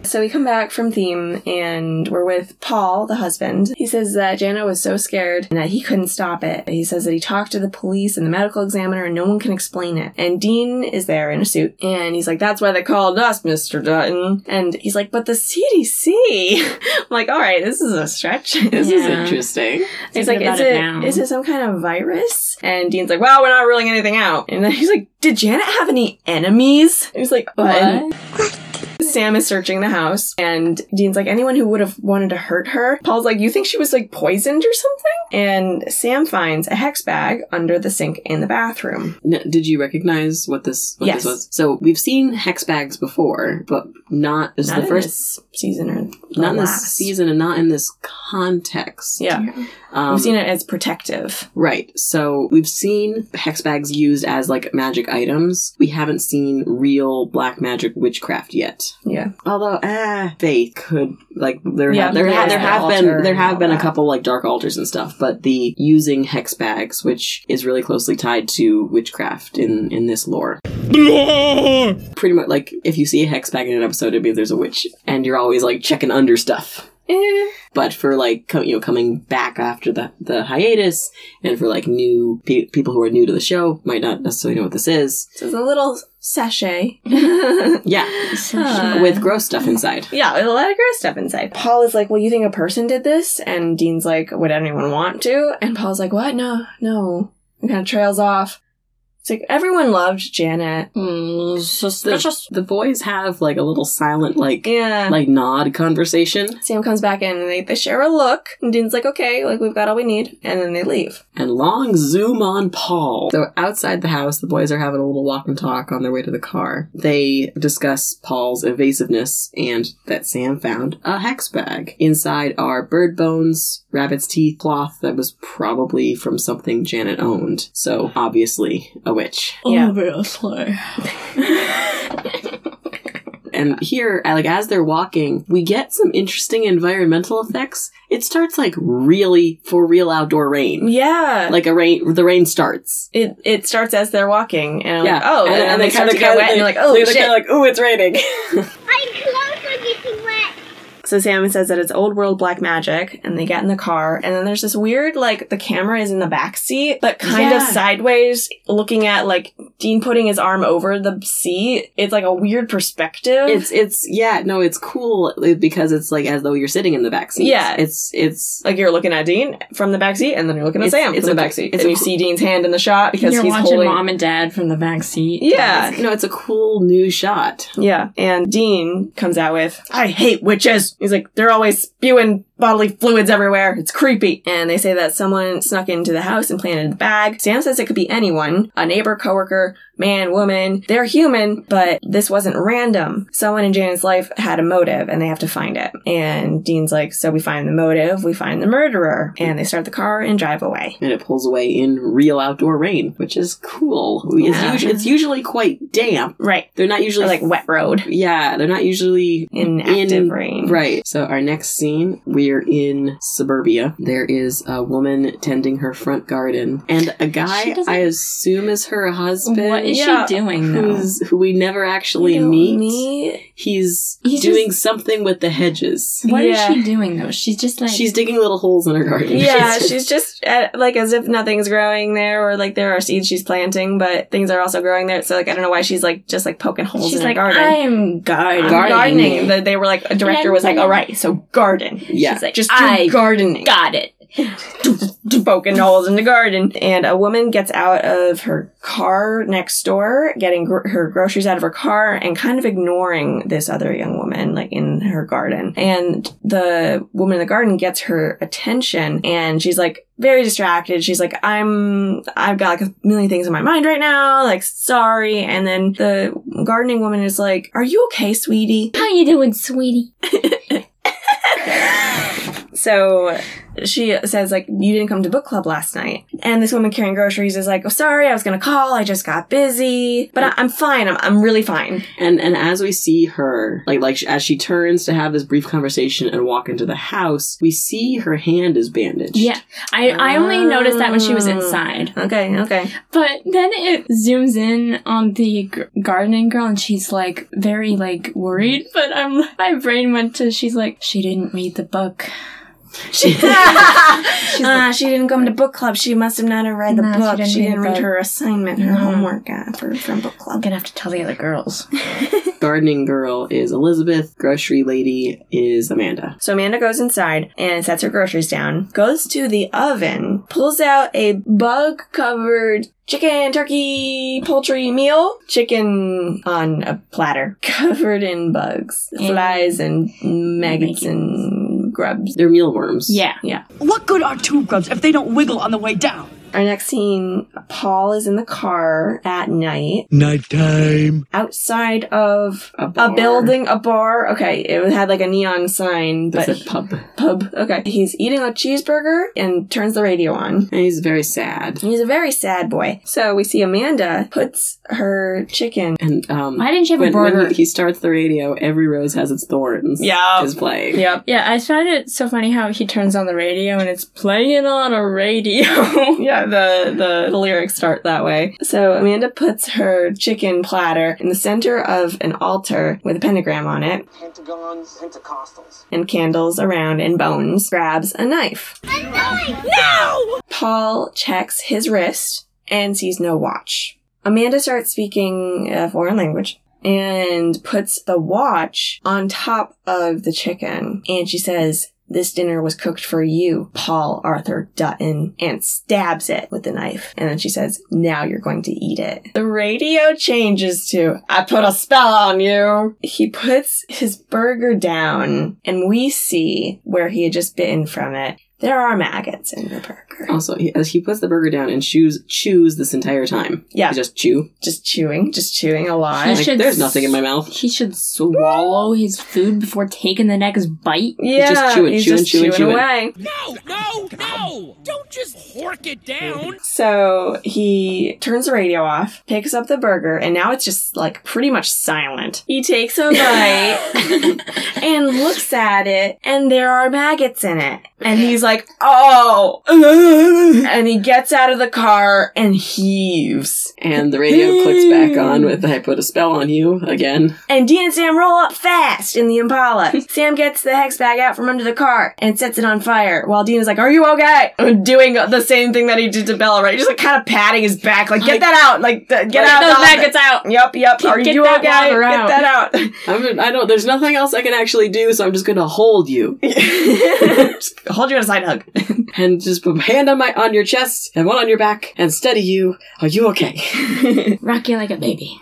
S2: So we come back from theme and we're with Paul, the husband. He says that Jana was so scared and that he couldn't stop it. He says that he talked to the police and the medical examiner and no one can explain it. And Dean is there in a suit and he's like, That's why they called us, Mr. Dutton. And he's like, But the CDC. [laughs] I'm like, All right, this is a stretch. [laughs] This is
S1: This is
S3: Yeah.
S1: interesting.
S2: He's like,
S3: Thinking
S2: is
S3: about it
S2: it,
S3: now.
S2: is it some kind of virus? And Dean's like, well, we're not ruling anything out. And then he's like, did Janet have any enemies? And he's like, what? Sam is searching the house, and Dean's like, anyone who would have wanted to hurt her. Paul's like, you think she was like poisoned or something? And Sam finds a hex bag under the sink in the bathroom.
S1: N did you recognize what this what
S2: Yes.
S1: this was? So we've seen hex bags before, but not this is
S2: Not
S1: the
S2: in
S1: first
S2: this season or the
S1: not in this
S2: last.
S1: season and not in this context.
S2: Yeah,
S1: Um,
S2: we've seen it as protective.
S1: Right. So we've seen hex bags used as like magic items. We haven't seen real black magic witchcraft yet.
S2: Yeah,
S1: Although, ah, faith could like there
S2: Yeah,
S1: have there,
S2: yeah,
S1: ha- there
S2: the
S1: have
S2: altar
S1: been there
S2: and all
S1: have been
S2: that.
S1: a couple like dark altars and stuff, but the using hex bags, which is really closely tied to witchcraft in in this lore, pretty much like if you see a hex bag in an episode, it'd be there's a witch, and you're always like checking under stuff.
S2: Eh,
S1: But for like co- you know coming back after the the hiatus, and for like new pe- people who are new to the show might not necessarily know what this is.
S2: so it's a little
S1: [laughs]
S2: sachet.
S1: Yeah,
S3: Huh.
S1: with gross stuff inside.
S2: Yeah, with a lot of gross stuff inside. Paul is like, Well, you think a person did this? And Dean's like, Would anyone want to? And Paul's like, What? No, no. And kind of trails off. It's like, Everyone loved Janet.
S3: Mm, it's just-
S1: The,
S3: it's just-
S1: the boys have like a little silent like
S2: Yeah.
S1: like nod conversation
S2: Sam comes back in and they, they share a look. And Dean's like, Okay, like we've got all we need. And then they leave.
S1: and long zoom on Paul. So outside the house, the boys are having a little walk and talk on their way to the car. They discuss Paul's evasiveness and that Sam found a hex bag. Inside are bird bones, rabbit's teeth, cloth that was probably from something Janet owned. So obviously a witch.
S2: Yeah.
S3: Obviously.
S1: And here, uh, like as they're walking, we get some interesting environmental effects. It starts like really for real outdoor rain.
S2: Yeah.
S1: Like a rain, the rain starts.
S2: it, it starts as they're walking. And I'm
S1: yeah.
S2: like, Oh, and, then they, start to
S1: kinda-
S2: get
S1: kinda-
S2: wet. and you're like, Oh,
S1: they're
S2: shit.
S1: kinda like, ooh, it's
S2: [laughs]
S1: raining.
S4: I'm close to getting wet.
S2: So Sam says that it's old world black magic, and they get in the car, and then there's this weird like the camera is in the back seat, but kind of
S1: Yeah.
S2: sideways, looking at like Dean putting his arm over the seat. It's like a weird perspective.
S1: it's it's yeah, no, it's cool eh, because it's like as though you're sitting in the back seat.
S2: Yeah.
S1: it's it's
S2: like you're looking at Dean from the back seat, and then you're looking at
S1: It's-
S2: Sam
S1: it's
S2: from the
S1: a-
S2: back seat,
S1: it's a
S2: and you
S1: cool-
S2: see Dean's hand in the shot because
S3: You're
S2: he's
S3: watching
S2: holding.
S3: mom and dad from the back seat.
S2: yeah,
S1: no, it's a cool new shot.
S2: yeah. And Dean comes out with, I hate witches. He's like, they're always spewing bodily fluids everywhere. It's creepy. And they say that someone snuck into the house and planted a bag. Sam says it could be anyone a neighbor, coworker, man, woman. They're human, but this wasn't random. Someone in Janet's life had a motive and they have to find it. And Dean's like, So we find the motive, we find the murderer. And they start the car and drive away.
S1: And it pulls away in real outdoor rain, which is cool. It's,
S2: Yeah.
S1: usu- it's usually quite damp.
S2: Right.
S1: They're not usually
S2: Or like wet road
S1: yeah, they're not usually
S2: in
S1: In-
S2: active rain.
S1: Right. So our next scene, we're in suburbia. There is a woman tending her front garden, and a
S3: She
S1: guy
S3: doesn't-
S1: I assume is her husband.
S3: What is
S2: Yeah.
S3: she doing though?
S1: Who's, who we never actually
S2: You know,
S1: meet.
S2: me-
S1: He's,
S3: He's
S1: doing something with the hedges.
S3: What is
S2: Yeah.
S3: she doing though? She's just like
S1: She's digging little holes in her garden. [laughs]
S2: Yeah, she's just uh like as if nothing's growing there, or like there are seeds she's planting, but things are also growing there. So like I don't know why she's like just like poking holes
S3: she's
S2: in
S3: like
S2: her garden.
S3: I'm
S2: I'm
S3: gardening.
S2: gardening. The, they were like a director was like, all right, so garden.
S1: Yeah.
S2: she's like, just do
S3: I
S2: gardening.
S3: Got it.
S2: poking holes in the garden. And a woman gets out of her car next door, getting gr- her groceries out of her car, and kind of ignoring this other young woman, like in her garden. And the woman in the garden gets her attention, and she's like very distracted. She's like, I'm, I've got like a million things in my mind right now, like, sorry. And then the gardening woman is like, Are you okay, sweetie?
S3: How you doing, sweetie?
S2: So she says like you didn't come to book club last night and this woman carrying groceries is like oh sorry i was gonna call i just got busy but I- i'm fine I'm, I'm really fine
S1: And and as we see her, like like as she turns to have this brief conversation and walk into the house, we see her hand is bandaged. [laughs]
S3: Yeah, I, I only noticed that when she was inside.
S2: Mm. okay
S3: [laughs]
S2: okay [laughs]
S3: But then it zooms in on the g- gardening girl, and she's like very like worried. But I'm my brain went to she's like she didn't read the book.
S2: Ah, she didn't come to book club she must have not have read the
S3: No, she
S2: book she
S3: didn't
S2: didn't,
S3: read the
S2: read
S3: book.
S2: her assignment her
S3: No.
S2: homework uh, for, from book club
S3: gonna have to tell the other girls.
S1: [laughs] Gardening girl is Elizabeth. Grocery lady is Amanda.
S2: So Amanda goes inside and sets her groceries down, goes to the oven, pulls out a bug covered chicken, turkey, poultry meal, chicken on a platter [laughs] covered in bugs,
S3: And-
S2: flies, and maggots and grubs.
S1: They're mealworms.
S3: [laughs] Yeah,
S7: What good are two grubs if they don't wiggle on the way down?
S2: Our next scene Paul is in the car at night
S5: Nighttime.
S2: outside of.
S1: A,
S2: A
S1: bar.
S2: building, a bar. Okay, it had like a neon sign, but
S1: That's a pub.
S2: pub. Okay, he's eating a cheeseburger and turns the radio on.
S1: And he's very sad.
S2: He's a very sad boy. So we see Amanda puts her chicken.
S1: And um
S3: why didn't she have a
S1: when, when
S3: burger?
S1: he, he starts the radio, every rose has its thorns.
S2: Yeah.
S1: Is playing.
S2: Yep.
S3: yeah, I found it so funny how he turns on the radio and it's playing on
S2: [laughs]
S3: a radio.
S2: Yeah, the, the, the lyrics start that way. So Amanda puts her chicken platter in the center of an altar with a pentagram on it
S6: Pentagons, Pentecostals.
S2: and candles around and bones, grabs a knife. Paul checks his wrist and sees no watch. Amanda starts speaking a foreign language and puts the watch on top of the chicken. And she says, This dinner was cooked for you, Paul Arthur Dutton, and stabs it with the knife. And then she says, Now you're going to eat it. The radio changes to, I put a spell on you. He puts his burger down, and we see where he had just bitten from it. There are maggots in the burger.
S1: Also, he, as he puts the burger down and chews chews this entire time.
S2: Yeah.
S1: He just chew.
S2: just chewing, just chewing a lot.
S3: He
S1: Like,
S3: should
S1: there's
S3: s-
S1: nothing in my mouth.
S3: he should swallow his food before taking the next bite.
S2: yeah,
S1: just chewing,
S2: he's
S1: chewing,
S2: just
S1: chewing, chewing.
S2: away.
S8: No, no, no! Don't just hork it down!
S2: So he turns the radio off, picks up the burger, and now it's just like pretty much silent. He takes a
S1: [laughs]
S2: bite and looks at it, and there are maggots in it. And he's like,
S1: [laughs]
S2: oh. And he gets out of the car and heaves.
S1: And the radio clicks back on with I put a spell on you again.
S2: And Dean and Sam roll up fast in the [laughs] Impala. Sam gets the hex bag out from under the car and sets it on fire. While Dean is like, "Are you okay?" [laughs] Doing the same thing that he did to Bella, right? Just like kind of patting his back, like, "Get that out! Like, th- get
S3: Like,
S2: out!
S3: those
S2: Dom."
S3: maggots out.
S2: Yup, yup. Are
S3: Get
S2: you
S3: that
S2: okay?
S3: bother
S2: Get
S3: out.
S2: that [laughs] out!"
S1: I'm, I don't. There's nothing else I can actually do, so I'm just gonna hold you
S2: Just Hold you in a side hug.
S1: and just put my hand on my on your chest and one on your back and steady you. Are you okay? [laughs]
S3: Rock you like a baby.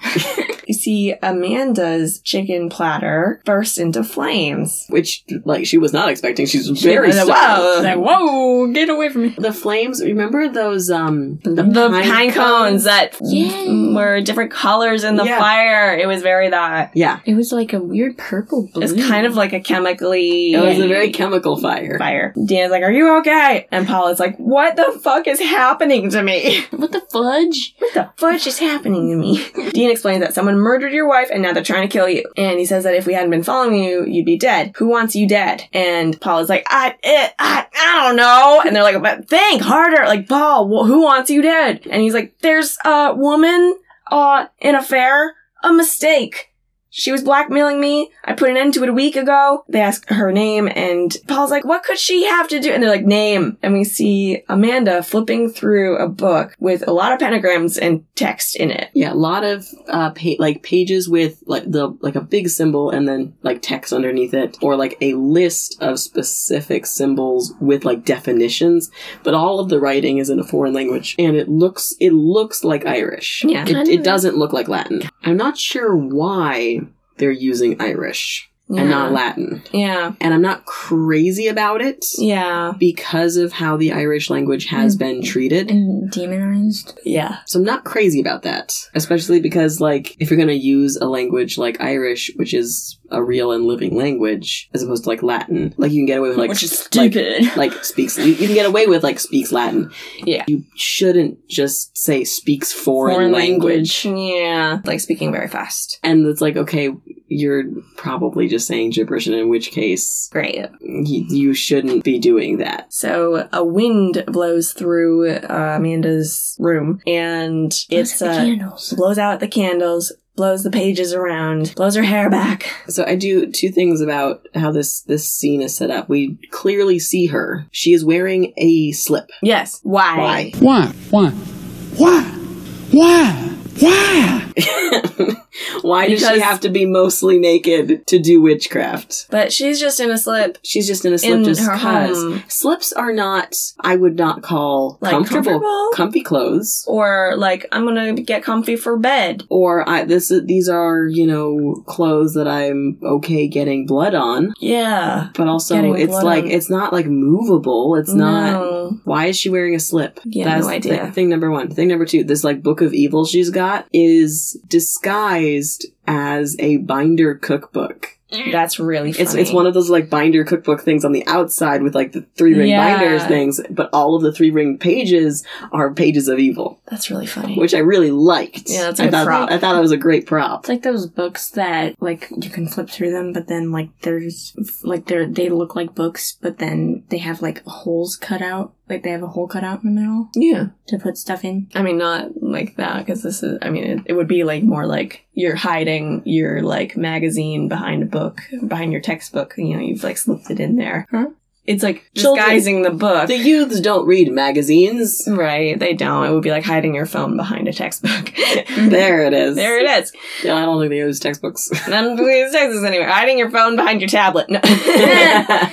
S2: You see Amanda's chicken platter burst into flames.
S1: Which like she was not expecting. She's very
S2: was like,
S1: startled.
S3: Like, whoa, get away from me.
S1: The flames. Remember those um
S2: The, pine, cones that
S3: Yeah.
S2: were different colors in the
S1: Yeah.
S2: fire. It was very that.
S1: Yeah,
S3: It was like a weird purple blue.
S2: It's kind of like a chemically.
S1: it was a very chemical fire.
S2: fire. Dana's like, "Are you okay?" And Paula's like, "What the fuck is happening to me?
S3: What the fudge?
S2: [laughs] What the fudge is happening to me?" [laughs] Dean explains that someone murdered your wife and now they're trying to kill you. And he says that if we hadn't been following you, you'd be dead. Who wants you dead? And Paula's like, "I, it, I, I don't know." And they're like, "But think harder." Like, Paul, wh- who wants you dead? And he's like, "There's a woman, uh, in a fair, a mistake." She was blackmailing me. I put an end to it a week ago. They ask her name, and Paul's like, What could she have to do? And they're like, Name. And we see Amanda flipping through a book with a lot of pentagrams and text in it.
S1: Yeah, a lot of uh, pa- like pages with like the like a big symbol and then like text underneath it, or like a list of specific symbols with like definitions. But all of the writing is in a foreign language, and it looks it looks like Irish.
S2: Yeah.
S1: it, it doesn't look like Latin. I'm not sure why they're using Irish.
S3: Yeah.
S1: and not Latin.
S3: Yeah.
S1: And I'm not crazy about it
S3: Yeah.
S1: because of how the Irish language has been treated.
S3: Mm. And demonized.
S1: Yeah. So I'm not crazy about that, especially because, like, if you're going to use a language like Irish, which is a real and living language, as opposed to, like, Latin, like, you can get away with, like,
S3: Which is stupid.
S1: Like, like, speaks, you, you can get away with, like, speaks Latin.
S3: Yeah.
S1: You shouldn't just say speaks foreign,
S3: Foreign
S1: language.
S3: yeah.
S2: Like speaking very fast.
S1: And it's like, okay, you're probably just saying gibberish, and in which case,
S2: Great.
S1: you, you shouldn't be doing that.
S2: So a wind blows through uh, Amanda's room, and it's
S3: the
S2: uh,
S3: candles.
S2: blows out the candles, blows the pages around, blows her hair back.
S1: So I do two things about how this this scene is set up. We clearly see her. She is wearing a slip.
S2: Yes. Why?
S5: Why? Why? Why? Why? Why?
S1: [laughs] Why does she
S2: Because-
S1: have to be mostly naked to do witchcraft?
S2: But she's just in a slip.
S1: She's just in a slip
S2: In
S1: just
S2: her
S1: cause.
S2: home.
S1: Slips are not I would not call
S2: Like,
S1: comfortable,
S2: comfortable?
S1: comfy clothes.
S2: Or like, I'm gonna get comfy for bed.
S1: Or I this these are, you know, clothes that I'm okay getting blood on.
S2: Yeah.
S1: But also
S2: Getting
S1: it's
S2: blood
S1: like
S2: on-
S1: it's not like movable. It's not
S2: No.
S1: Why is she wearing a slip?
S2: Yeah, no
S1: thi-
S2: idea.
S1: thing number one. Thing number two, this like book of evil she's got is disguised as a binder cookbook.
S2: That's really funny.
S1: It's it's one of those like binder cookbook things on the outside with like the three ring
S3: Yeah.
S1: binders things, but all of the three ring pages are pages of evil,
S2: That's really funny.
S1: which I really liked.
S2: Yeah, that's a
S1: I
S2: good
S1: thought
S2: prop.
S1: I thought it was a great prop.
S3: It's like those books that like you can flip through them, but then like there's like they're they look like books, but then they have like holes cut out, like they have a hole cut out in the middle
S2: yeah.
S3: to put stuff in.
S2: I mean, not like that, because this is, I mean, it, it would be like more like you're hiding your like magazine behind a book, behind your textbook. You know, you've like slipped it in there.
S3: Huh?
S2: It's like
S1: Children-
S2: disguising the book.
S1: The youths don't read magazines.
S2: right. They don't. It would be like hiding your phone behind a textbook. [laughs] Mm-hmm.
S1: There it is.
S2: there it is.
S1: Yeah, I don't think they use
S2: [laughs]
S1: textbooks. [laughs]
S2: None of these texts anywhere. Hiding your phone behind your tablet. No. [laughs]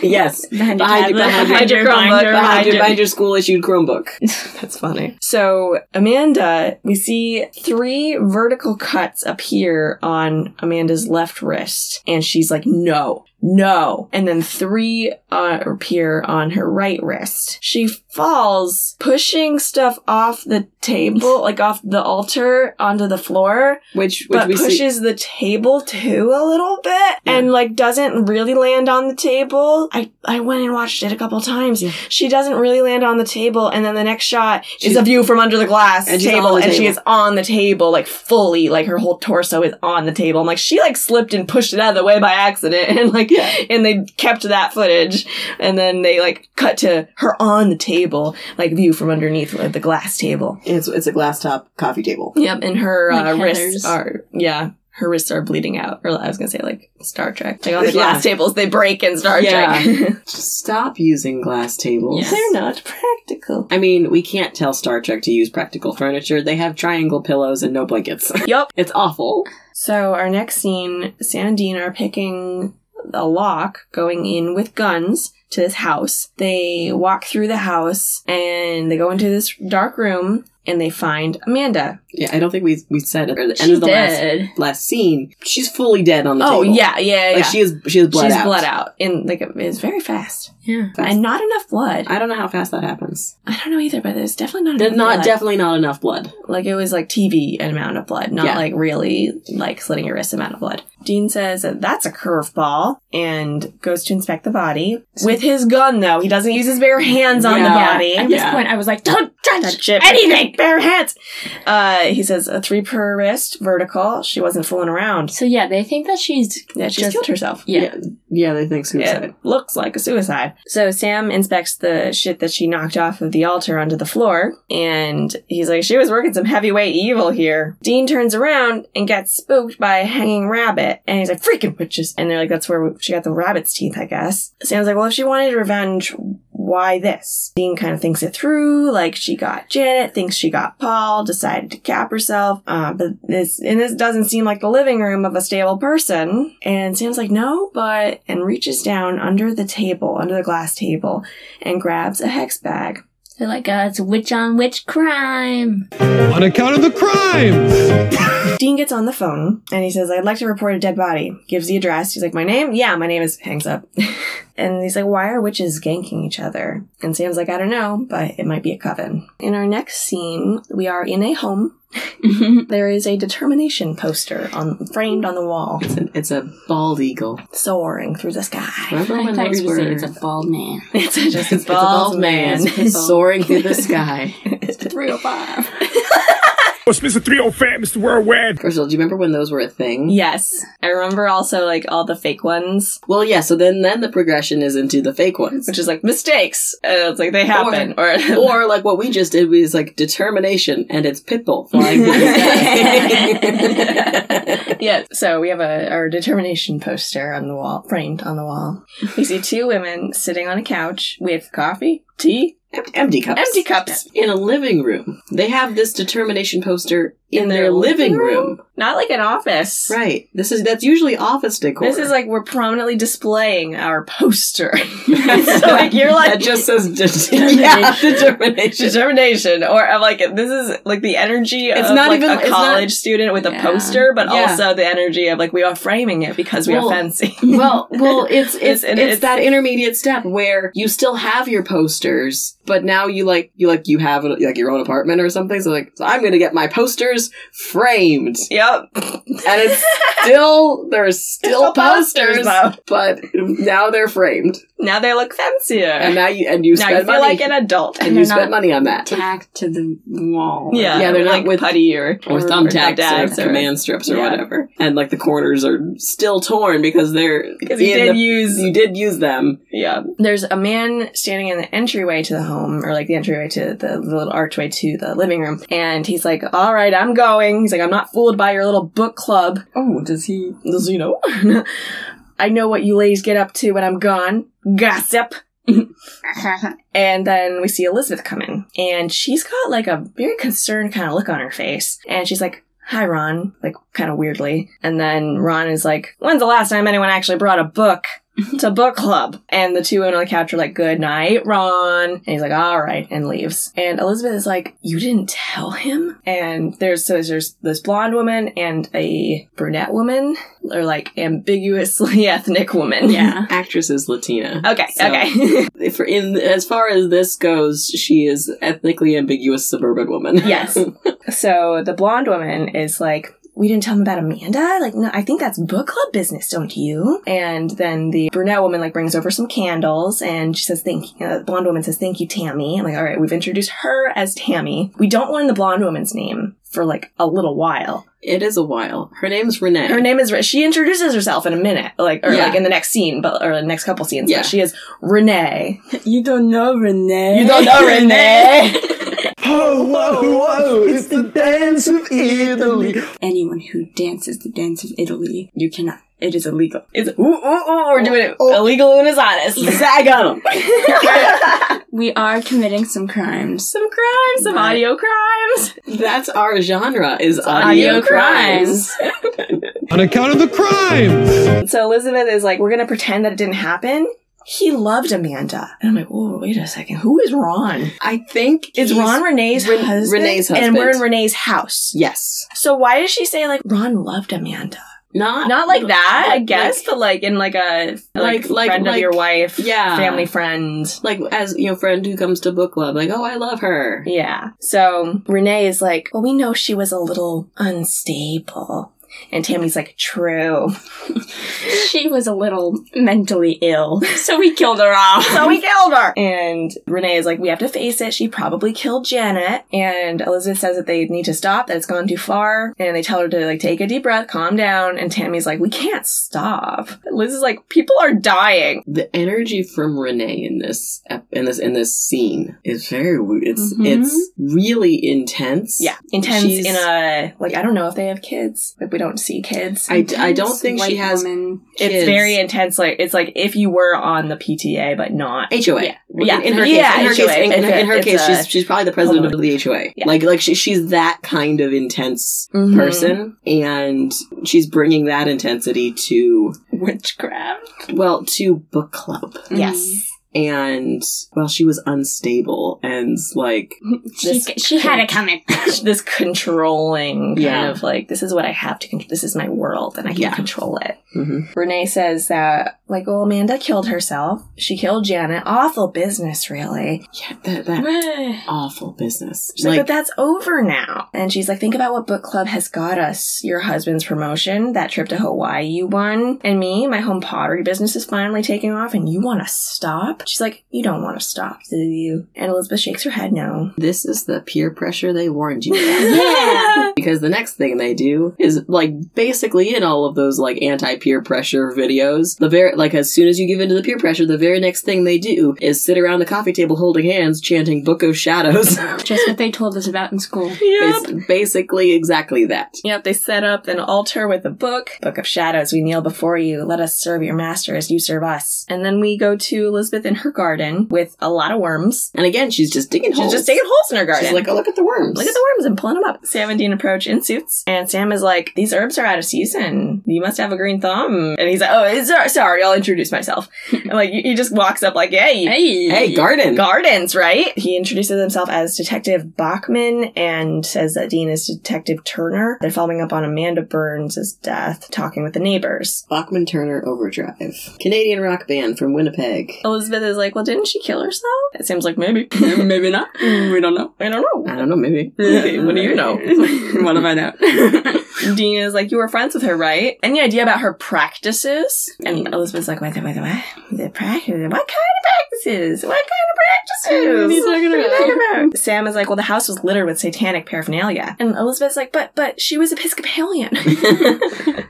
S1: yes.
S3: Behind,
S1: Behind your- behind your-
S2: Behind your Chromebook,
S1: Behind your,
S2: your-
S1: behind your school issued Chromebook.
S2: That's funny. So, Amanda, we see three vertical cuts appear on Amanda's left wrist, and she's like, no, no. And then three uh, appear on her right wrist. She falls, pushing stuff off the table, like off the altar onto the floor,
S1: which which
S2: but
S1: we see.
S2: pushes the table too a little bit and like doesn't really land on the table. I I went and watched it a couple times.
S1: Yeah.
S2: She doesn't really land on the table, and then the next shot
S1: She's-
S2: is a view from under the glass
S1: And she's
S2: table,
S1: on the
S2: and she
S1: table.
S2: is on the table like fully, like her whole torso is on the table. I'm like she like slipped and pushed it out of the way by accident, [laughs] and like
S1: Yeah.
S2: and they kept that footage, and then they like cut to her on the table, like view from underneath like, the glass table.
S1: It's it's a glass top coffee table.
S2: Yep, and her
S3: Like
S2: uh,
S3: Heather's.
S2: wrists are yeah, her wrists are bleeding out. Or I was gonna say like Star Trek, like on the
S1: [laughs] Yeah.
S2: glass tables they break in Star
S1: Yeah. [laughs]
S2: Trek.
S1: [laughs] Stop using glass tables.
S3: Yes.
S2: They're not practical.
S1: I mean, we can't tell Star Trek to use practical furniture. They have triangle pillows and no blankets.
S2: Yup.
S1: it's awful.
S2: So our next scene, Sam and Dean are picking a lock, going in with guns to this house. They walk through the house and they go into this dark room and they find Amanda.
S1: Yeah, I don't think we we said at the end
S3: She's
S1: of the
S3: dead.
S1: last last scene. She's fully dead on the
S2: Oh
S1: table.
S2: yeah, yeah, yeah.
S1: like she is she is bled
S2: She's
S1: out.
S2: bled out, and like it's very fast,
S3: Yeah.
S1: Fast.
S2: and not enough blood.
S1: I don't know how fast that happens.
S2: I don't know either, but there's definitely not.
S1: There's
S2: enough
S1: not
S2: blood.
S1: definitely not enough blood.
S2: like it was like TV amount of blood, not
S1: Yeah.
S2: like really like slitting your wrist amount of blood. Dean says that that's a curveball and goes to inspect the body with his gun. Though he doesn't use his bare hands on
S1: Yeah.
S2: the
S3: At
S2: body.
S3: this
S1: Yeah.
S3: point, I was like, don't touch,
S2: That shit-
S3: anything.
S2: bare hands. Uh, he says a three per wrist, vertical. She wasn't fooling around.
S3: So yeah, they think that she's
S2: Yeah, she
S3: Just-
S2: killed herself.
S3: yeah.
S1: yeah, yeah they think suicide.
S2: It looks like a suicide. So Sam inspects the shit that she knocked off of the altar onto the floor, and he's like, she was working some heavyweight evil here. Dean turns around and gets spooked by a hanging rabbit, and he's like, freaking witches. And they're like, that's where she got the rabbit's teeth, I guess. Sam's like, well, if she wanted revenge, why this? Dean kind of thinks it through, like she got Janet, thinks she got Paul, decided to cap herself. Uh, but this and this doesn't seem like the living room of a stable person. And Sam's like, no, but and reaches down under the table, under the glass table, and grabs a hex bag.
S3: They're like, uh, it's witch on witch crime.
S9: On account of the crimes!
S2: Dean gets on the phone and he says, I'd like to report a dead body. Gives the address. He's like, My name? Yeah, my name is. Hangs up. [laughs] and he's like, Why are witches ganking each other? And Sam's like, I don't know, but it might be a coven. In our next scene, we are in
S1: [laughs]
S2: a home. there is a determination poster on framed on the wall,
S1: It's a, it's a bald eagle.
S2: soaring through the sky. [laughs]
S1: Remember when those were?
S3: it's a bald man.
S2: It's just
S1: It's a bald man
S2: [laughs]
S1: soaring through the sky.
S3: 305.
S9: What's Mr. 305, Mr. Worldwide?
S1: First of all, do you remember when those were a thing?
S2: Yes, I remember also like all the fake ones,
S1: Well, yeah. So then, then the progression is into the fake ones, [laughs]
S2: which is like mistakes. Uh, it's like they happen, or,
S1: or like what we just did was like determination, and it's Pitbull
S2: [laughs]
S1: flying. through the sky.
S2: Yes. So we have a our determination poster on the wall, framed on the wall. We see two women sitting on a couch with coffee, tea,
S1: Em- Empty cups.
S2: empty cups.
S1: in a living room. They have this determination poster in, their, living room.
S2: Not like an office.
S1: Right. This is that's usually office decor.
S2: This is like [laughs] we're prominently displaying
S1: [laughs]
S2: our poster. [laughs] so like you're like
S1: that just
S2: [laughs]
S1: says det- yeah, [laughs] determination.
S2: determination or I'm like this is like the energy
S1: It's
S2: of
S1: not
S2: like
S1: even-
S2: a
S1: it's
S2: college
S1: not-
S2: student with a
S3: Yeah.
S2: poster but
S1: Yeah.
S2: also the energy of like we are framing it because we
S1: Well,
S2: are fancy [laughs]
S1: well, well, it's it's it's,
S2: It's- and it's-
S1: that intermediate step where you still have your posters, but now you like you like you have like your own apartment or something. So like, so I'm gonna get my posters framed,
S2: yep
S1: and
S2: [laughs]
S1: it's still there's still
S2: Still
S1: posters,
S2: posters, though.
S1: but now they're framed,
S2: now they look
S1: [laughs]
S2: fancier
S1: and now you and you
S2: now
S1: spend
S2: you
S1: money
S2: feel like an adult
S1: and
S3: They're
S1: you spend
S3: not
S1: money on that.
S3: Tacked to the wall.
S2: [laughs] Yeah,
S1: Oh, Yeah, they're not
S2: like
S1: with-
S2: putty or
S1: or thumbtacks
S2: thumbtacks
S1: or,
S2: [laughs]
S1: command strips or
S2: yeah.
S1: whatever. And like the corners are still torn because they're
S2: because he
S1: in
S2: did
S1: the-
S2: use.
S1: you did use them.
S2: Yeah, there's a man standing in the entryway to the home, or like the entryway to the, the little archway to the living room, and he's like, "All right, I'm going." He's like, "I'm not fooled by your little book club." Oh, does he? Does he know? [laughs] I know what you ladies get up to when I'm gone. Gossip.
S4: [laughs]
S2: And then we see Elizabeth come in, and she's got like a very concerned kind of look on her face. And she's like, Hi, Ron, like kind of weirdly. And then Ron is like, When's the last time anyone actually brought a book to book club? And the two women on the couch are like, Good night, Ron. And he's like, All right, and leaves. And Elizabeth is like, You didn't tell him? And there's so there's this blonde woman and a brunette woman, or like ambiguously [laughs] ethnic woman.
S3: [laughs] Yeah.
S1: Actress is Latina.
S2: [laughs] Okay,
S1: So-
S2: okay. [laughs]
S1: If we're in as far as this goes, she is ethnically ambiguous suburban woman.
S2: Yes. so the blonde woman is like, we didn't tell him about Amanda. Like, no, I think that's book club business, don't you? And then the brunette woman like brings over some candles, and she says, "Thank." You. Uh, the blonde woman says, "Thank you, Tammy." I'm like, all right, we've introduced her as Tammy. We don't learn the blonde woman's name for like a little while.
S1: [laughs] it is a while. Her name's Renee.
S2: Her name is she introduces herself in a minute, like or
S1: Yeah.
S2: like in the next scene, but or the next couple scenes. Yeah,
S1: Yeah.
S2: she is Renee.
S3: [laughs] You don't know Renee. [laughs]
S2: know Renee.
S9: Oh, whoa, whoa, it's the dance of Italy.
S3: Anyone who dances the dance of Italy, you cannot. It is illegal.
S2: It's ooh ooh ooh. We're doing it illegal
S1: [laughs]
S2: and dishonest.
S1: I got Oh. 'em.
S3: We are committing some crimes.
S2: some crimes, some
S3: Right.
S2: audio crimes.
S1: That's our genre is audio,
S3: Audio
S1: crimes.
S9: On account of the crimes!
S2: So Elizabeth is like, we're gonna pretend that it didn't happen. He loved Amanda. And I'm like, oh, wait a second. Who is Ron?
S1: I think
S2: It's
S1: he's-
S2: Ron Renee's
S1: Ren-
S2: husband.
S1: Renee's
S2: And we're in
S1: husband.
S2: Renee's house.
S1: Yes.
S2: So why does she say, like, Ron loved Amanda?
S1: Not
S2: Not like that, I
S1: like-
S2: guess, but like in like a like,
S1: Like- like-
S2: friend of
S1: like-
S2: your wife,
S1: yeah.
S2: family friend.
S1: like as you know, friend who comes to book club, like, oh I love her.
S2: Yeah. So Renee is like, well, we know she was a little unstable. And Tammy's like, true.
S3: [laughs] She was a little mentally ill, [laughs] so we killed her off.
S2: so we killed her. And Renee is like, we have to face it. She probably killed Janet. And Elizabeth says that they need to stop, that it's gone too far. And they tell her to like take a deep breath, calm down. And Tammy's like, we can't stop. Liz is like, people are dying.
S1: the energy from Renee in this ep- in this in this scene is very w- it's
S3: Mhm.
S1: it's really intense.
S2: Mm-hmm. Yeah. Intense
S1: She's-
S2: in a like I don't know if they have kids. Like we don't see kids.
S1: I, I don't think she has
S3: Woman.
S1: kids.
S2: it's very intense. Like it's like if you were on the PTA but not.
S1: HOA.
S2: Yeah.
S1: In-
S2: Yeah.
S1: In her
S2: Yeah,
S1: case, in her
S2: HOA.
S1: case, in, in-
S2: It's a-
S1: in her
S2: it's
S1: case
S2: a-
S1: she's, she's probably the president of the HOA.
S2: Yeah.
S1: Like like she, she's that kind of intense
S2: Mhm.
S1: person and she's bringing that intensity to
S2: Witchcraft.
S1: well to book club.
S2: Yes.
S1: and well, she was unstable and like
S3: She,
S2: This
S3: she had it coming.
S2: this controlling kind
S1: Yeah.
S2: of like this is what I have to control. This is my world, and I can
S1: Yeah.
S2: control it.
S1: mhm.
S2: Renee says that like, well, Amanda killed herself. She killed Janet. Awful business,
S1: [sighs]
S2: really.
S1: yeah, that, that awful business.
S2: She's like, but that's over now. And she's like, think about what book club has got us. Your husband's promotion, that trip to Hawaii you won, and me, my home pottery business is finally taking off, and you want to stop? She's like, you don't want to stop, do you? And Elizabeth shakes her head no.
S1: this is the peer pressure they warned you about.
S2: [laughs]
S3: Yeah.
S1: because the next thing they do is like basically in all of those like anti-peer pressure videos the very like as soon as you give in to the peer pressure the very next thing they do is sit around the coffee table holding hands chanting book of shadows [laughs]
S3: Just what they told us about in school.
S1: it's basically exactly that
S2: Yep, they set up an altar with a book. Book of Shadows, we kneel before you. Let us serve your master as you serve us. And then we go to Elizabeth in her garden with a lot of worms.
S1: and again she's just digging
S2: She's
S1: holes
S2: just digging holes in her garden.
S1: she's like oh look at the worms
S2: Look at the worms and pulling them up. Sam and Dean approach in suits, and Sam is like, "These herbs are out of season. You must have a green thumb." And he's like, "Oh, it's, sorry, I'll introduce myself." [laughs] and like, he he just walks up like, "Hey,
S3: Hey.
S1: hey garden
S2: gardens, right?" He introduces himself as Detective Bachman and says that Dean is Detective Turner. They're following up on Amanda Burns' death, talking with the neighbors.
S1: Bachman Turner Overdrive Canadian rock band from Winnipeg
S2: Elizabeth is like, "Well, didn't she kill herself?" And Sam's like, "Maybe. [laughs]
S3: Maybe not. We don't know.
S2: I don't know."
S1: I don't know [laughs] maybe
S2: what do
S1: [laughs]
S2: you [laughs] know?
S3: what do I know?
S2: [laughs] Dean is like, you were friends with her, right? Any idea about her practices? And Elizabeth's like, wait, wait, wait, what? The practice? What kind of practices? What kind of practices?
S3: What are
S1: [laughs]
S3: you talking
S2: What are
S3: about?
S2: talking about? Sam is like, well, the house was littered with satanic paraphernalia. And Elizabeth's like, but, but she was Episcopalian.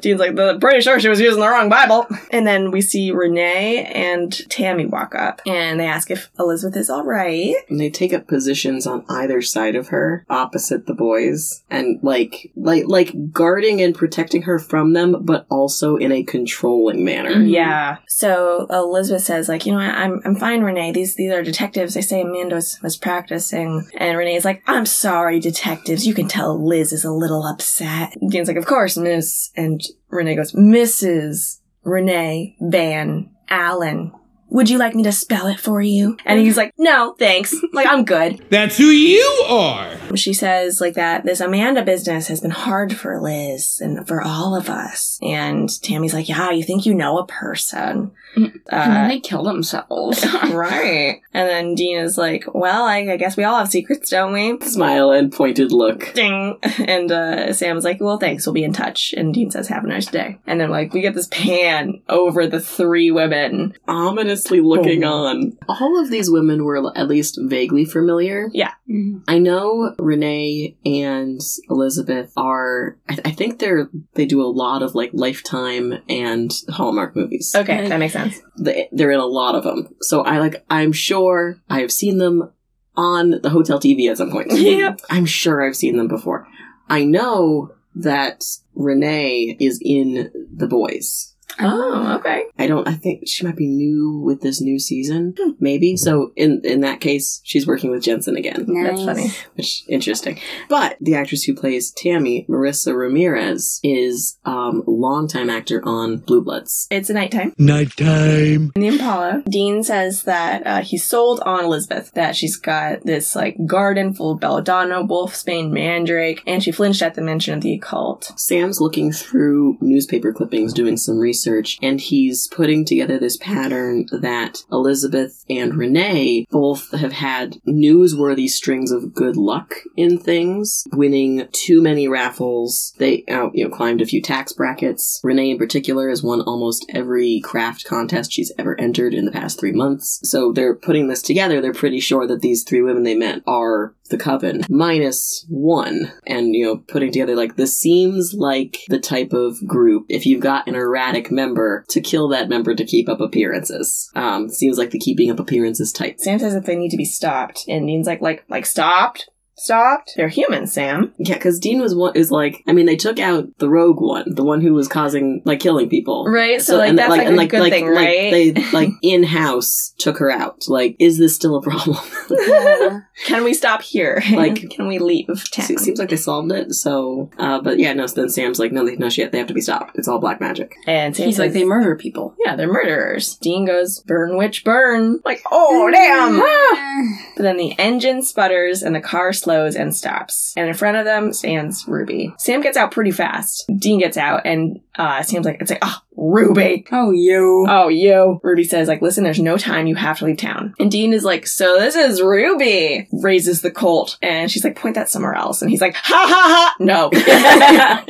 S2: Dean's like, "The- pretty sure she was using the wrong Bible. And then we see Renee and Tammy walk up and they ask if Elizabeth is all right.
S1: And they take up positions on either side of her, opposite the boys, and like like like guarding and protecting her from them, but also in a controlling manner.
S3: Mhm.
S2: Yeah. Mm-hmm. So Elizabeth says, like, you know, I'm I'm fine, Renee. These these are detectives. They say Amanda was, was practicing, and Renee's like, I'm sorry, detectives. You can tell Liz is a little upset. Dean's like, of course, Miss. And Renee goes, Mrs. Renee Van Allen. Would you like me to spell it for you? And he's like, No, thanks. Like, I'm good.
S8: That's who you are.
S2: She says like that this Amanda business has been hard for Liz and for all of us. And Tammy's like, yeah, you think you know a person,
S3: and then
S2: uh,
S3: they kill [laughs] themselves.
S2: right? And then Dean is like, well, I, I guess we all have secrets, don't we?
S1: Smile and pointed look.
S2: Ding. [laughs] And uh, Sam's like, well, thanks, we'll be in touch. And Dean says, have a nice day. And then like we get this pan over the three women.
S1: Ominously looking
S2: Oh.
S1: on. All of these women were at least vaguely familiar.
S3: Mhm.
S1: I know Renee and Elizabeth are I, I think they're they do a lot of like lifetime and Hallmark movies.
S2: Okay, that makes sense.
S1: they- they're in a lot of them. So I like, I'm sure I have seen them on the hotel TV at some point.
S2: Yeah.
S1: I'm sure I've seen them before. I know that Renee is in The Boys.
S2: Oh, okay.
S1: I don't, I think she might be new with this new season, maybe. So in, in that case, she's working with Jensen again,
S2: That's funny.
S1: which interesting. But the actress who plays Tammy, Marissa Ramirez, is, um, longtime actor on Blue Bloods.
S2: It's a nighttime.
S5: Nighttime.
S2: in the Impala, Dean says that uh, he's sold on Elizabeth, that she's got this like garden full of belladonna, wolfsbane, mandrake, and she flinched at the mention of the occult.
S1: Sam's looking through newspaper clippings, doing some research, and he's putting together this pattern that Elizabeth and Renee both have had newsworthy strings of good luck in things, winning too many raffles. They uh, you know climbed a few tax brackets. Renee, in particular, has won almost every craft contest she's ever entered in the past three months. So they're putting this together. They're pretty sure that these three women they met are the coven minus one and you know putting together like this seems like the type of group if you've got an erratic member to kill that member to keep up appearances um seems like the keeping up appearances type
S2: Sam says that they need to be stopped, and Dean's like, like, like stopped. stopped. They're human, Sam.
S1: Yeah, because Dean was one is like I mean they took out the rogue one, the one who was causing like killing people,
S2: Right, so, like, that's, like, a good thing, right? [laughs]
S1: They like in house took her out. Like, is this still a problem? [laughs]
S2: Can we stop here? [laughs]
S1: Like-
S2: can we leave town?
S1: it seems like they solved it. So, uh, but yeah, no. So then Sam's like, no, they, no shit, they have to be stopped. It's all black magic.
S2: and Sam
S3: He's like,
S2: says,
S3: they murder people.
S2: yeah, they're murderers. Dean goes, burn, witch, burn. Like, oh, damn.
S3: Ah.
S2: But then the engine sputters and the car slows and stops. And in front of them stands Ruby. Sam gets out pretty fast. Dean gets out and uh, Sam's like, it's like, oh, Ruby.
S3: Oh, you.
S2: Oh, you. Ruby says, like, listen, there's no time. You have to leave town. And Dean is like, so this is Ruby. Raises the Colt. And she's like, point that somewhere else. And he's like, ha ha ha. No. [laughs]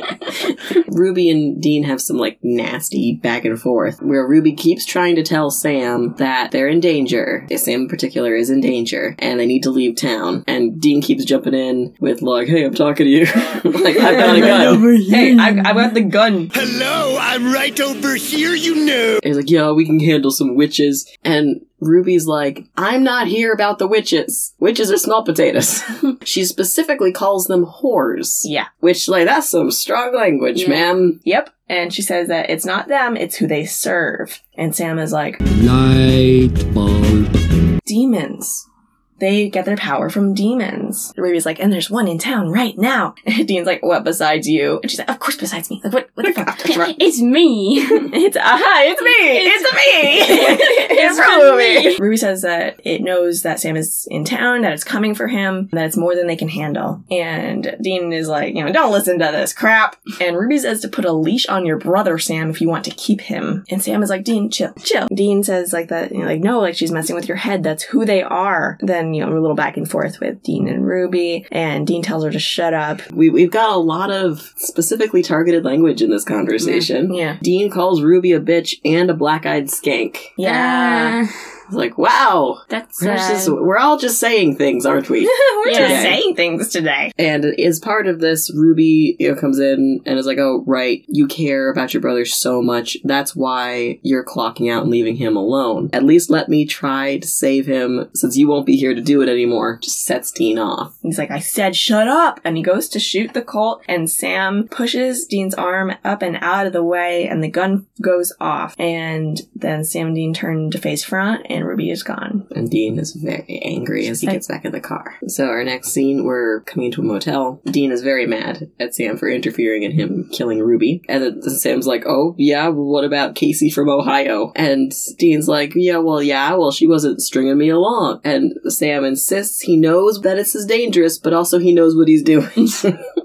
S1: Ruby and Dean have some like nasty back and forth where Ruby keeps trying to tell Sam that they're in danger. Sam in particular is in danger and they need to leave town. And Dean keeps jumping in with like, "Hey, I'm talking to you. [laughs] like I've
S3: [laughs]
S1: got a gun."
S2: hey, I, I got the gun.
S8: Hello, I'm right over here, you know.
S1: And he's like, "Yo, we can handle some witches." And Ruby's like, "I'm not here about the witches. Witches are small potatoes." [laughs] she specifically calls them whores,
S2: Yeah.
S1: which like that's some strong language, ma'am.
S2: Yep. And she says that it's not them, it's who they serve. And Sam is like,
S5: Light bulb.
S2: demons. They get their power from demons. And Ruby's like, and there's one in town right now. [laughs] And Dean's like, what besides you? And she's like, of course besides me. Like, what, what
S1: [laughs]
S2: the fuck?
S3: It's [laughs] me.
S2: It's, aha, it's me! It's, me! [laughs] it's from Ruby! Ruby says that it knows that Sam is in town, that it's coming for him, that it's more than they can handle. And Dean is like, you know, don't listen to this crap. And Ruby says to put a leash on your brother, Sam, if you want to keep him. And Sam is like, Dean, chill, chill. Dean says like that, you know, like, no, like she's messing with your head. That's who they are. Then, you know, we're a little back and forth with Dean and Ruby. And Dean tells her to shut up.
S1: We, we've got a lot of specifically targeted language in this conversation.
S2: Yeah.
S1: Dean calls Ruby a bitch and a black eyed skank.
S2: Yeah.
S1: It's like, wow.
S3: That's
S1: We're, just-
S3: uh,
S1: we're all just saying things, aren't we?
S2: We're just
S3: Yeah.
S2: saying things today.
S1: and as part of this, Ruby you know, comes in and is like, oh, right, you care about your brother so much. That's why you're clocking out and leaving him alone. At least let me try to save him since you won't be here to do it anymore. Just sets Dean off.
S2: He's like, I said, shut up! And he goes to shoot the Colt, and Sam pushes Dean's arm up and out of the way, and the gun goes off. And then Sam and Dean turn to face front, and Ruby is gone.
S1: And Dean is very angry as he gets back in the car. So our next scene, we're coming to a motel. Dean is very mad at Sam for interfering in him killing Ruby. And then Sam's like, oh, yeah, well, what about Casey from Ohio? And Dean's like, yeah, well, yeah, well, she wasn't stringing me along. And Sam insists he knows that this is dangerous, but also he knows what he's doing. [laughs]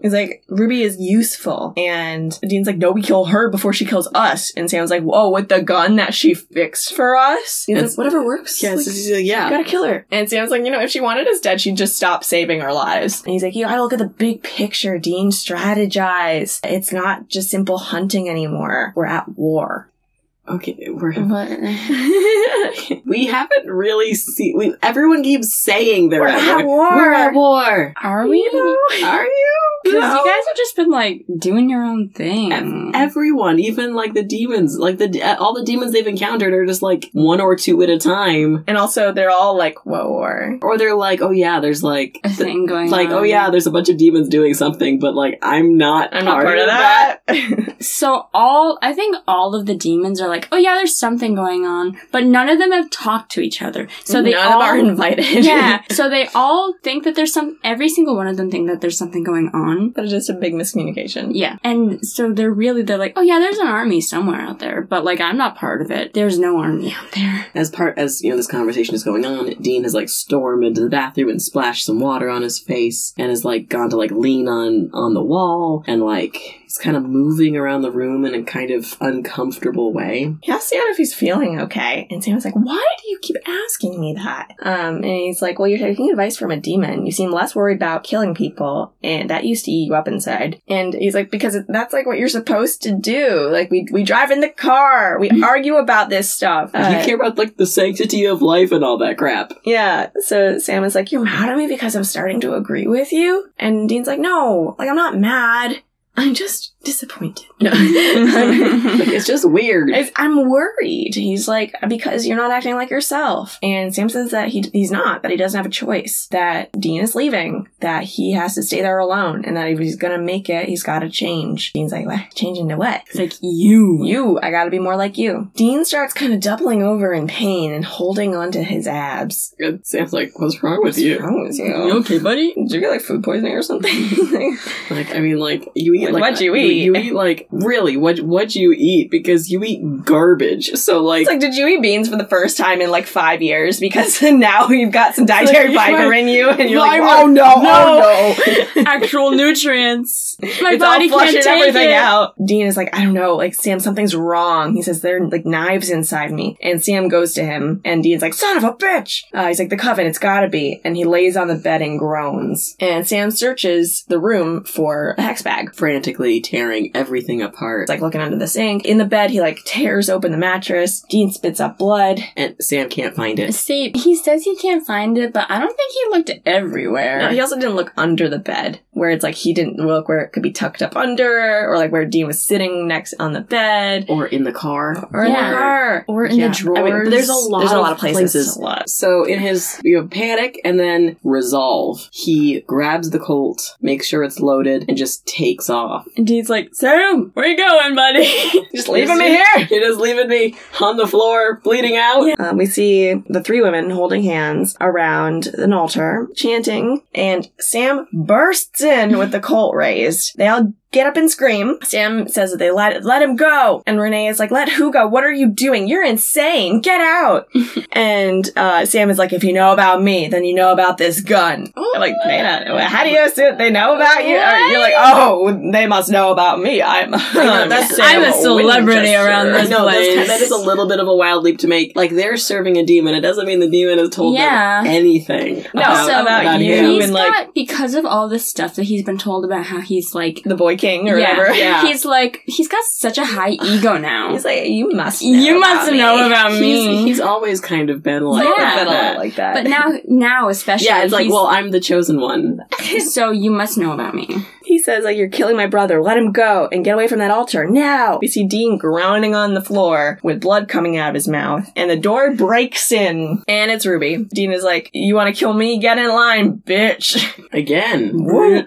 S2: He's like, Ruby is useful. And Dean's like, no, we kill her before she kills us. And Sam's like, whoa, with the gun that she fixed for us? He's
S1: It's-
S2: like, whatever works.
S1: yes,
S2: Like,
S1: he's like, yeah.
S2: I gotta kill her. And Sam's like, you know, if she wanted us dead, she'd just stop saving our lives. And he's like, you gotta look at the big picture, Dean. Strategize. It's not just simple hunting anymore. We're at war.
S1: Okay, we're, [laughs] we haven't really seen. We, everyone keeps saying they're
S2: We're at war.
S1: We're at war.
S3: are we?
S1: Are you?
S3: Because
S1: No.
S3: you guys have just been like doing your own thing.
S1: Ev- everyone, even like the demons, like the de- all the demons they've encountered are just like one or two at a time,
S2: [laughs] And also, they're all like, whoa, war.
S1: or they're like, oh yeah, there's like.
S3: a
S1: th-
S3: thing going
S1: like
S3: on.
S1: oh yeah, there's a bunch of demons doing something, but like I'm not.
S2: I'm not part of that. [laughs]
S3: So all I think all of the demons are like, oh yeah, there's something going on, but none of them have talked to each other. So they
S2: None
S3: all
S2: of them are invited.
S3: [laughs] yeah. So they all think that there's some. Every single one of them think that there's something going on.
S2: But it's just a big miscommunication.
S3: Yeah. And so they're really they're like, oh yeah, there's an army somewhere out there, but like I'm not part of it. There's no army out there.
S1: As part as you know, this conversation is going on. Dean has like stormed into the bathroom and splashed some water on his face, and has like gone to like lean on on the wall, and like he's kind of moving around the room in a kind of uncomfortable way.
S2: He asks Sam if he's feeling okay, and Sam's like, "Why do you keep asking me that?" Um, and he's like, "Well, you're taking advice from a demon. You seem less worried about killing people, and that used to eat you up inside." And he's like, "Because that's like what you're supposed to do. Like we we drive in the car, we argue about this stuff. Uh,
S1: you care about like the sanctity of life and all that crap.
S2: yeah." So Sam is like, "You're mad at me because I'm starting to agree with you," and Dean's like, "No, like I'm not mad. I'm just disappointed. [laughs]
S1: Like, it's just weird.
S2: It's- I'm worried. He's like, because you're not acting like yourself. And Sam says that he, he's not, that he doesn't have a choice, that Dean is leaving, that he has to stay there alone, and that if he's gonna make it, he's gotta change. Dean's like, what? Change into what?
S3: It's like you.
S2: You, I gotta be more like you. Dean starts kind of doubling over in pain and holding onto his abs.
S1: It sounds like, what's wrong with you?
S2: Wrong with
S3: You
S2: you?
S3: okay, buddy?
S2: Did you get like food poisoning or something? [laughs]
S1: Like, I mean, like you eat
S2: Like,
S1: like
S2: what'd you eat?
S1: You eat like really what? What'd you eat? Because you eat garbage. So like,
S2: It's like, did you eat beans for the first time in like five years? Because [laughs] now you've got some dietary
S3: Like,
S2: fiber
S3: my-
S2: in you, and you're
S3: my
S2: like,
S3: ro-
S2: oh no,
S3: no."
S2: oh no, [laughs]
S3: Actual nutrients. My
S2: it's
S3: body
S2: all
S3: can't
S2: flushing
S3: take
S2: everything
S3: it.
S2: out. Dean is like, I don't know, like Sam, something's wrong. He says there are like knives inside me, and Sam goes to him, and Dean's like, son of a bitch. Uh, he's like, the coven, it's gotta be, and he lays on the bed and groans. And Sam searches the room for a hex bag.
S1: frantically tearing everything apart.
S2: It's like looking under the sink. In the bed, he like tears open the mattress. Dean spits up blood.
S1: and Sam can't find it.
S3: See, he says he can't find it, but I don't think he looked everywhere.
S2: No, he also didn't look under the bed, where it's like he didn't look where it could be tucked up under, or like where Dean was sitting next on the bed,
S1: Or in the car.
S2: or in
S3: Yeah.
S2: the car, or
S3: in the drawers.
S2: there's a lot. There's a lot of places.
S1: places.
S2: A lot.
S1: So in his you know panic and then resolve, he grabs the Colt, makes sure it's loaded, and just takes off.
S3: and he's like, Sam, where you going, buddy? [laughs]
S2: Just leaving me here.
S1: He [laughs] just leaving me on the floor, bleeding out.
S2: Um, we see the three women holding hands around an altar, chanting, and Sam bursts in with the colt raised. They all get up and scream. Sam says that they let let him go, and Renee is like, "Let who go? What are you doing? You're insane! Get
S3: [laughs]
S2: out!" and uh, Sam is like, "If you know about me, then you know about this gun." I'm like, "Man, how do you assume they know about you?" Or you're like, "Oh, they must know about me. I'm [laughs]
S1: that's-
S2: Sam
S3: Um, I'm a celebrity
S2: Winchester."
S3: around this
S1: No, that's
S3: place.
S1: kind that is a little bit of a wild leap to make. Like they're serving a demon. It doesn't mean the demon has told
S3: Yeah.
S1: them anything.
S2: No,
S1: about,
S2: so
S1: about
S2: about you.
S1: him.
S3: He's
S2: and, like-
S3: got because of all this stuff that he's been told about how he's like
S2: the boy king or
S3: yeah,
S2: whatever.
S3: [laughs] He's like he's got such a high ego
S2: [laughs]
S3: now.
S2: He's like, you must. Know
S3: you must
S2: about
S3: know
S2: me."
S3: about
S1: He's,
S3: me.
S1: he's always kind of been like
S3: Yeah.
S2: But I
S1: that.
S2: don't like that.
S3: but now now especially
S1: yeah, it's like,
S3: he's-
S1: well, I'm the chosen one.
S3: [laughs] so you must know about me.
S2: he says, like, you're killing my brother. Let him go and get away from that altar now. We see Dean grounding on the floor with blood coming out of his mouth, and the door breaks in, and it's Ruby. Dean is like, you want to kill me? Get in line, bitch. [laughs]
S1: Again.
S2: Woo.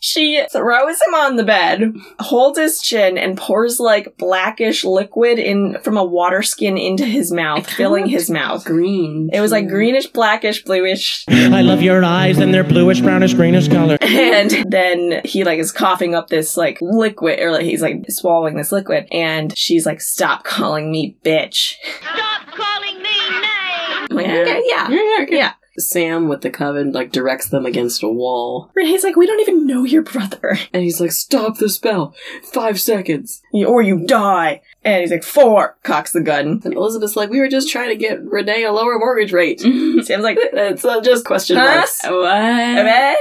S2: She throws him on the bed, holds his chin, and pours like blackish liquid in from a water skin into his mouth, filling his mouth.
S3: Green.
S2: It was like greenish, blackish, bluish,
S10: [laughs] I love your eyes and their bluish, brownish, greenish color.
S2: [laughs] and then he like is coughing up this like liquid or like he's like swallowing this liquid and she's like stop calling me bitch
S4: Stop calling me names.
S2: I'm like, okay, yeah yeah
S1: Sam with the coven like directs them against a wall,
S2: Renee's like we don't even know your brother [laughs]
S1: and he's like, "Stop the spell! Five seconds."
S2: or you die and he's like four cocks the gun
S1: And Elizabeth's like, "We were just trying to get Renee a lower mortgage rate."
S3: Mm. [laughs]
S2: Sam's like
S1: [laughs] It's uh, just question
S2: Huh?
S1: marks.
S3: what?
S2: "Eh?"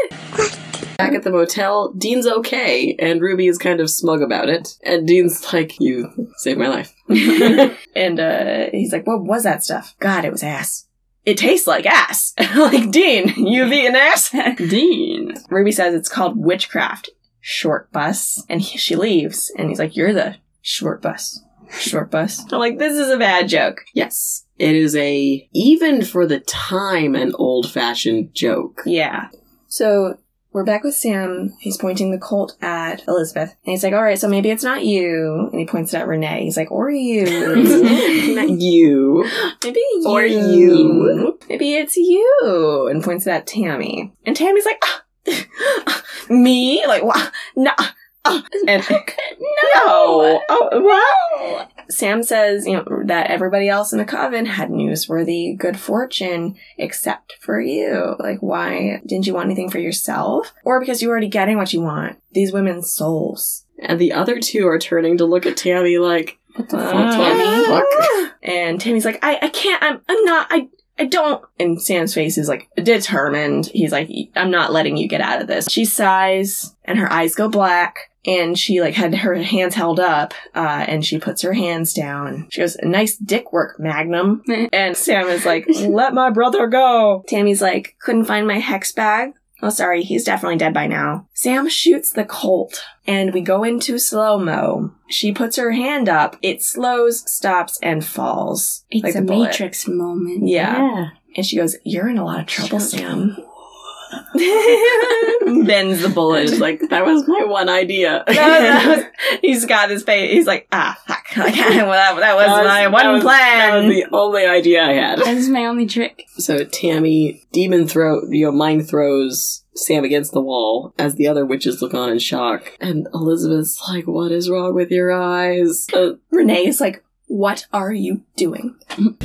S1: Back at the motel, Dean's okay, and Ruby is kind of smug about it. And Dean's like, You saved my
S2: [laughs]
S1: life. [laughs]
S2: and uh he's like what was that stuff god it was ass it tastes like ass [laughs] like dean you've eaten ass [laughs]
S3: Dean.
S2: ruby says it's called witchcraft short bus and he, she leaves and he's like you're the short bus short bus i'm like this is a bad joke
S1: Yes. It is a, even for the time, an old fashioned joke.
S2: Yeah. So we're back with Sam. He's pointing the Colt at Elizabeth. And he's like, all right, so maybe it's not you. And he points it at Renee. He's like, or you.
S1: [laughs] Not you.
S2: maybe you.
S1: Or you.
S2: Maybe it's you. And points it at Tammy. And Tammy's like, ah, [laughs] me? Like, what? No. ah." And no. Oh, well. Sam says, you know, that everybody else in the coven had newsworthy good fortune except for you. Like, why didn't you want anything for yourself? Or because you were already getting what you want. These women's souls.
S1: And the other two are turning to look at Tammy like, What the fuck?
S2: Tammy?
S1: What the fuck?
S2: And Tammy's like, I, I can't, I'm, I'm not, I, I don't. And Sam's face is like determined. He's like, I'm not letting you get out of this. She sighs and her eyes go black. And she like had her hands held up, uh, and she puts her hands down. She goes, "Nice dick work, Magnum." and Sam is like, "Let my brother go." Tammy's like, "Couldn't find my hex bag." Oh, sorry, he's definitely dead by now. Sam shoots the Colt, and we go into slow mo. She puts her hand up, it slows, stops, and falls.
S3: It's
S2: like
S3: a
S2: the bullet.
S3: Matrix moment.
S2: Yeah. And she goes, You're in a lot of trouble, Sam. [laughs]
S3: Bends the bullet.
S1: It's like that was my one idea.
S2: That
S1: [laughs]
S2: was- that was- he's got his face. He's like, ah, fuck. [laughs] Like, well, that, that was
S1: That was-
S2: my
S1: that
S2: one
S1: was-
S2: plan.
S1: That was the only idea I had.
S3: That is my only trick. [laughs]
S1: So Tammy demon throw, you know, mind throws Sam against the wall as the other witches look on in shock, and Elizabeth's like, "What is wrong with your eyes?" Uh,
S2: Renee is like, what are you doing?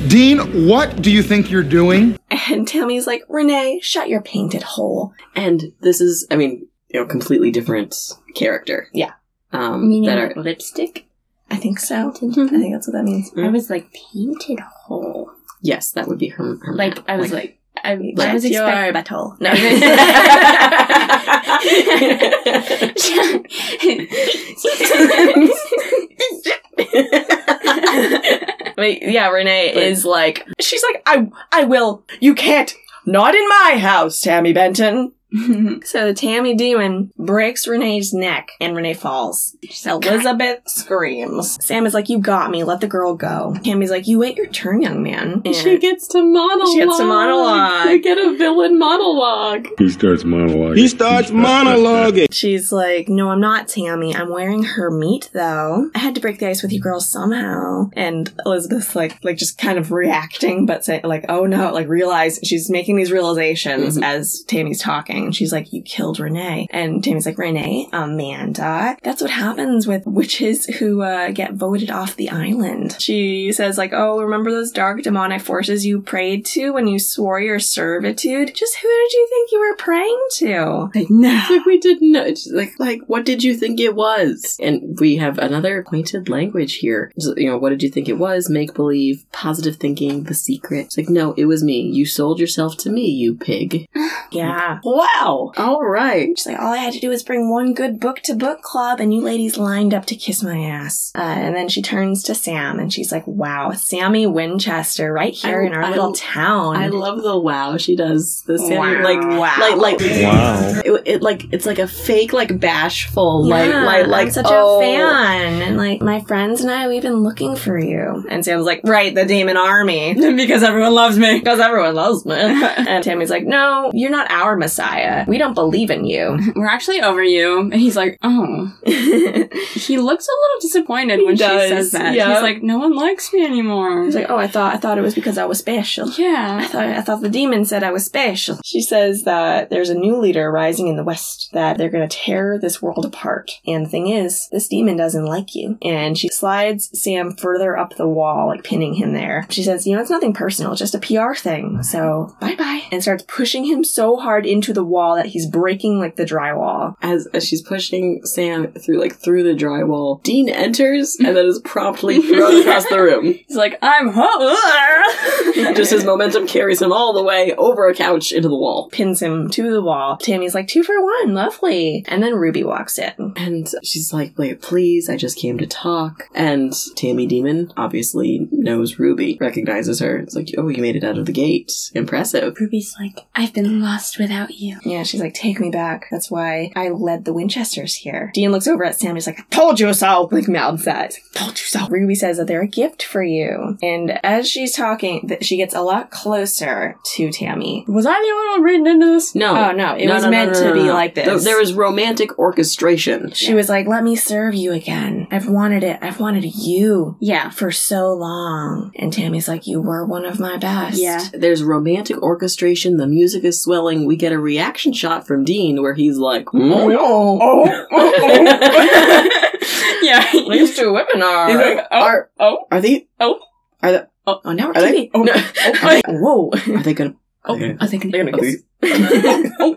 S11: Dean, what do you think you're doing?
S2: And [laughs] Tammy's like, Renee, shut your painted hole.
S1: and this is, I mean, you know, completely different character.
S2: Yeah.
S1: um,
S3: Meaning
S1: that are
S3: lipstick.
S2: I think [laughs] so. I think that's what that means.
S3: I was like painted whole.
S1: yes, that would be her. her
S3: Like
S1: map.
S3: I was like, I, I
S2: Shut
S3: was
S2: your
S3: expecting.
S2: [laughs] butthole. No.
S1: [laughs]
S2: Wait, yeah, Renee is like, she's like, I, I will. You can't. Not in my house, Tammy Benton. Mm-hmm. so the Tammy demon breaks Renee's neck and Renee falls. Elizabeth screams. Sam is like, You got me. Let the girl go. Tammy's like, You wait your turn, young man.
S1: she gets to monologue.
S2: She gets to monologue.
S1: We get a villain monologue.
S5: He starts monologuing.
S9: He starts monologuing.
S2: She's like, No, I'm not Tammy. I'm wearing her meat though. I had to break the ice with you girls somehow. And Elizabeth's like like just kind of reacting, but saying like, oh no, like realize she's making these realizations
S1: Mhm.
S2: as Tammy's talking. And she's like, You killed Renee. And Tammy's like, Renee, Amanda. That's what happens with witches who uh, get voted off the island. She says, like, oh, remember those dark demonic forces you prayed to when you swore your servitude? Just who did you think you were praying to? Like, no.
S1: It's like we didn't know. It's just like, like what did you think it was? And we have another pointed language here. It's, You know, what did you think it was? Make believe, positive thinking, the secret. It's like, no, it was me. You sold yourself to me, you pig.
S2: Yeah.
S1: Wow. All right.
S2: She's like, all I had to do was bring one good book to book club, and you ladies lined up to kiss my ass. Uh, and then she turns to Sam, and she's like, wow, Sammy Winchester, right here
S1: I-
S2: in our
S1: I-
S2: little town.
S1: I love the wow she does. The sound,
S2: Wow.
S1: like,
S2: Wow.
S1: like, like,
S10: Wow.
S1: It, it like it's like a fake, like bashful, like,
S2: Yeah,
S1: like, like
S2: I'm such
S1: oh.
S2: a fan, and like my friends and I, we've been looking for you. And Sam's like, right, the demon army, [laughs] because everyone loves me, because everyone
S1: [laughs]
S2: loves me. and Tammy's like, no, you're not our messiah. We don't believe in you.
S3: We're actually over you. And he's like, oh.
S2: He's
S3: He looks a little disappointed when
S2: does,
S3: she says that.
S2: yeah.
S3: He's like, no one likes me anymore.
S2: like, oh, I thought, I thought it was because I was special. I
S3: yeah.
S2: thought, I thought the demon said I was special. She says that there's a new leader rising in the West, that they're going to tear this world apart. And the thing is, this demon doesn't like you. And she slides Sam further up the wall, like pinning him there. She says, You know, it's nothing personal, just a PR thing. So bye bye. And starts pushing him so hard into the wall that he's breaking like the drywall.
S1: as, as she's pushing Sam through like through the drywall, Dean enters and then is promptly thrown across the room.
S3: He's like, I'm
S1: [laughs]
S3: home.
S1: Just his momentum carries him all the way over a couch into the wall.
S2: Pins him to the wall. Tammy's like, Two for one, lovely. And then Ruby walks in.
S1: And she's like, wait, please, I just came to talk. And Tammy Demon obviously knows Ruby, recognizes her. It's like, oh, you made it out of the gate. Impressive.
S3: Ruby's like, I've been lost without you.
S2: Yeah, she's like, take me back. That's why I led the Winchesters here. Dean looks over at Sam. He's like, I told you so. [laughs] Like mouths that. He's like, told you so. Ruby says that they're a gift for you. And as she's talking, that she gets a lot closer to Tammy.
S3: Was I the only one reading into this?
S1: No.
S2: Oh, no, it was meant to be like this.
S1: There, there was romantic orchestration.
S2: She was like, let me serve you again. I've wanted it. I've wanted you
S3: Yeah.
S2: for so long. And Tammy's like, you were one of my best. [laughs]
S3: Yeah.
S1: There's romantic orchestration, the music is swelling. We get a reaction shot from Dean where he's like,
S3: Mm-hmm.
S2: Oh. [laughs]
S3: yeah.
S2: These two women are.
S1: He's like,
S3: oh, oh,
S1: Are they?
S3: Oh.
S1: Are they?
S3: Oh.
S1: Oh, now we're
S3: Are they-
S1: kidding. No. Are they-
S2: Whoa.
S1: Are they gonna?
S3: oh.
S1: Okay.
S3: I think they're gonna
S1: Okay.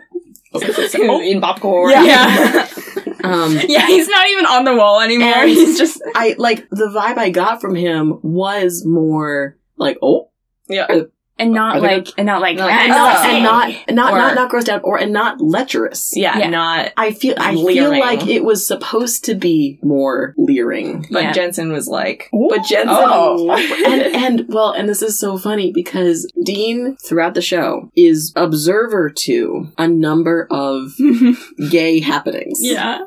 S1: [laughs] Oh,
S2: [laughs] Eating popcorn.
S3: Yeah.
S1: Yeah.
S3: yeah.
S1: [laughs]
S3: [laughs]
S1: Um,
S3: he's not even on the wall anymore.
S1: And-
S3: he's just
S1: I like the vibe I got from him was more like, oh,
S2: Yeah.
S1: Uh,
S3: and not
S11: Are they
S3: like and not like
S2: Not like,
S3: "Ah,
S1: and
S2: Oh.
S1: not and
S3: say it."
S1: not not
S2: Or-
S1: not not grossed out or and not lecherous.
S2: [laughs] Yeah,
S3: Yeah.
S2: not.
S1: I feel I
S2: Leering.
S1: feel like it was supposed to be more
S3: [laughs]
S1: leering.
S2: But
S3: Yeah.
S2: Jensen was like,
S1: But Jensen
S2: Oh. [laughs]
S1: and and well, and this is so funny because Dean throughout the show is observer to a number of gay happenings.
S3: yeah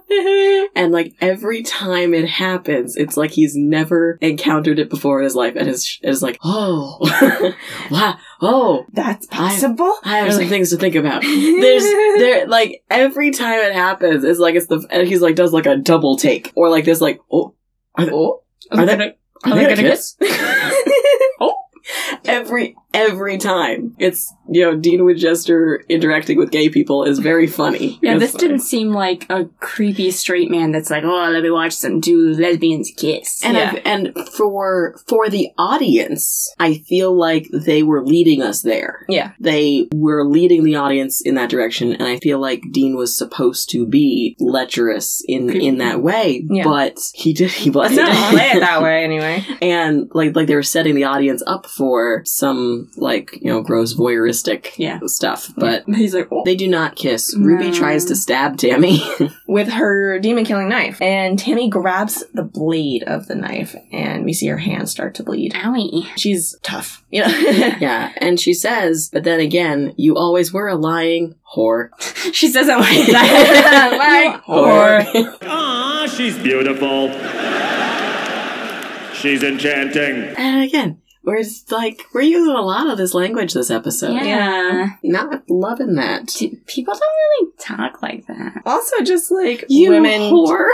S1: And like every time it happens, it's like he's never encountered it before in his life and is, is like, oh, [laughs] wow, oh,
S2: [laughs] "That's
S1: possible? I have some things to think about. [laughs] There's
S2: There's
S3: [laughs]
S1: there like every time it happens, it's like it's the and he's like does like a double take or like this like oh are they, oh, are they, are they,
S3: they
S1: gonna,
S3: gonna
S1: kiss? [laughs] oh, every every time it's you know Dean Winchester interacting with gay people is very funny.
S3: yeah
S1: It's
S3: this
S1: like-
S3: didn't seem like a creepy straight man that's like oh let me watch some two lesbians kiss
S1: And
S2: Yeah.
S1: I've- and for for the audience, I feel like they were leading us there.
S2: Yeah.
S1: They were leading the audience in that direction, and I feel like Dean was supposed to be lecherous in in that way,
S3: Yeah.
S1: but he did he wasn't.
S2: no, play it that [laughs] way anyway.
S1: [laughs] and like like they were setting the audience up for some like you know gross voyeuristic
S3: Yeah.
S1: stuff, but.
S2: He's like, "Oh."
S1: They do not kiss. Ruby
S3: No.
S1: tries to stab Tammy. [laughs]
S2: with her demon killing knife. And Tammy grabs the blade of the knife, and we see her hand start to bleed.
S3: owie
S2: She's tough, you know.
S1: yeah, and she says, "But then again, you always were a lying whore."
S3: she says it [laughs] like that like
S1: Or
S8: Aw, she's beautiful. She's enchanting.
S1: and again, we're just like we're using a lot of this language this episode.
S3: yeah,
S2: Yeah.
S1: Not loving that.
S3: Do- people don't really talk like that
S2: [laughs] also, just like
S1: You
S2: women, [laughs]
S1: whore. [laughs]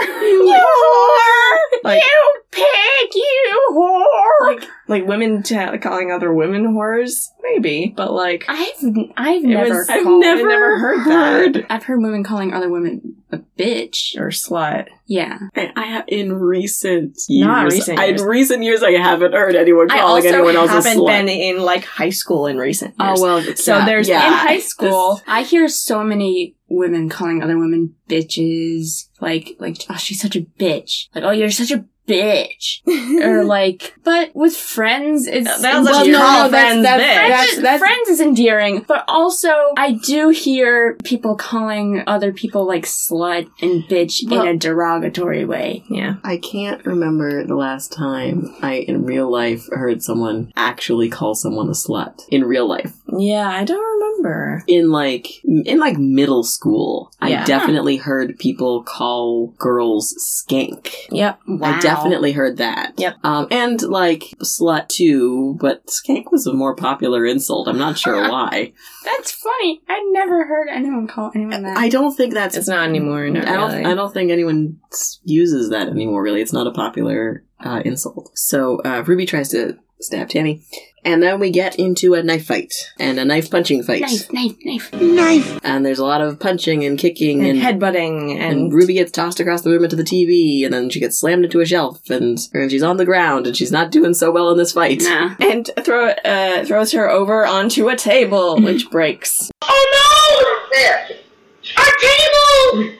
S2: like
S3: pig you whore
S2: like like women ta- calling other women whores, maybe. But like,
S3: I've I've
S2: it
S3: never
S2: was-
S3: called-
S2: I've never heard, that
S3: I've heard women calling other women a bitch.
S2: or slut.
S3: Yeah.
S1: I, I have in recent years,
S2: Not recent
S1: I-
S2: years.
S1: in recent years, I haven't heard anyone
S2: I
S1: calling
S2: also
S1: anyone else a
S2: haven't
S1: slut.
S2: been in like high school in recent years.
S1: oh well,
S2: So
S1: yeah,
S2: there's-
S1: yeah.
S2: [laughs]
S3: In high school, I hear so many women calling other women bitches. Like like oh she's such a bitch. Like oh you're such a bitch. or
S2: Mm-hmm.
S3: like but with friends it's
S2: That sounds like
S1: you
S2: call friends bitch.
S3: friends,
S2: That's-
S3: is, friends is endearing, but also I do hear people calling other people like slut and bitch
S1: Well-
S3: in a derogatory way.
S2: yeah,
S1: I can't remember the last time I, in real life, heard someone actually call someone a slut in real life.
S2: yeah, I don't remember.
S1: in like in like middle school
S2: Yeah. [laughs]
S1: i definitely heard people call girls skank
S2: Yep.
S1: i definitely heard that
S2: Yep.
S1: um, and like slut too but skank was a more popular insult i'm not
S2: [laughs]
S1: sure why
S3: That's funny. I never heard anyone call anyone that.
S1: i don't think that's
S2: It's not anymore. Not
S1: I don't.
S2: really.
S1: I don't think anyone s- uses that anymore. Really, it's not a popular uh, insult. So uh, Ruby tries to stab Tammy, and then we get into a knife fight and a knife punching fight.
S3: knife, knife, knife.
S1: And there's a lot of punching and kicking
S2: and,
S1: and
S2: headbutting and,
S1: And Ruby gets tossed across the room into the TV, and then she gets slammed into a shelf, and, and she's on the ground, and she's not doing so well in this fight.
S3: [laughs] Nah.
S2: and throw uh, throws her over onto a [laughs] table, which breaks.
S4: Oh no! Our table!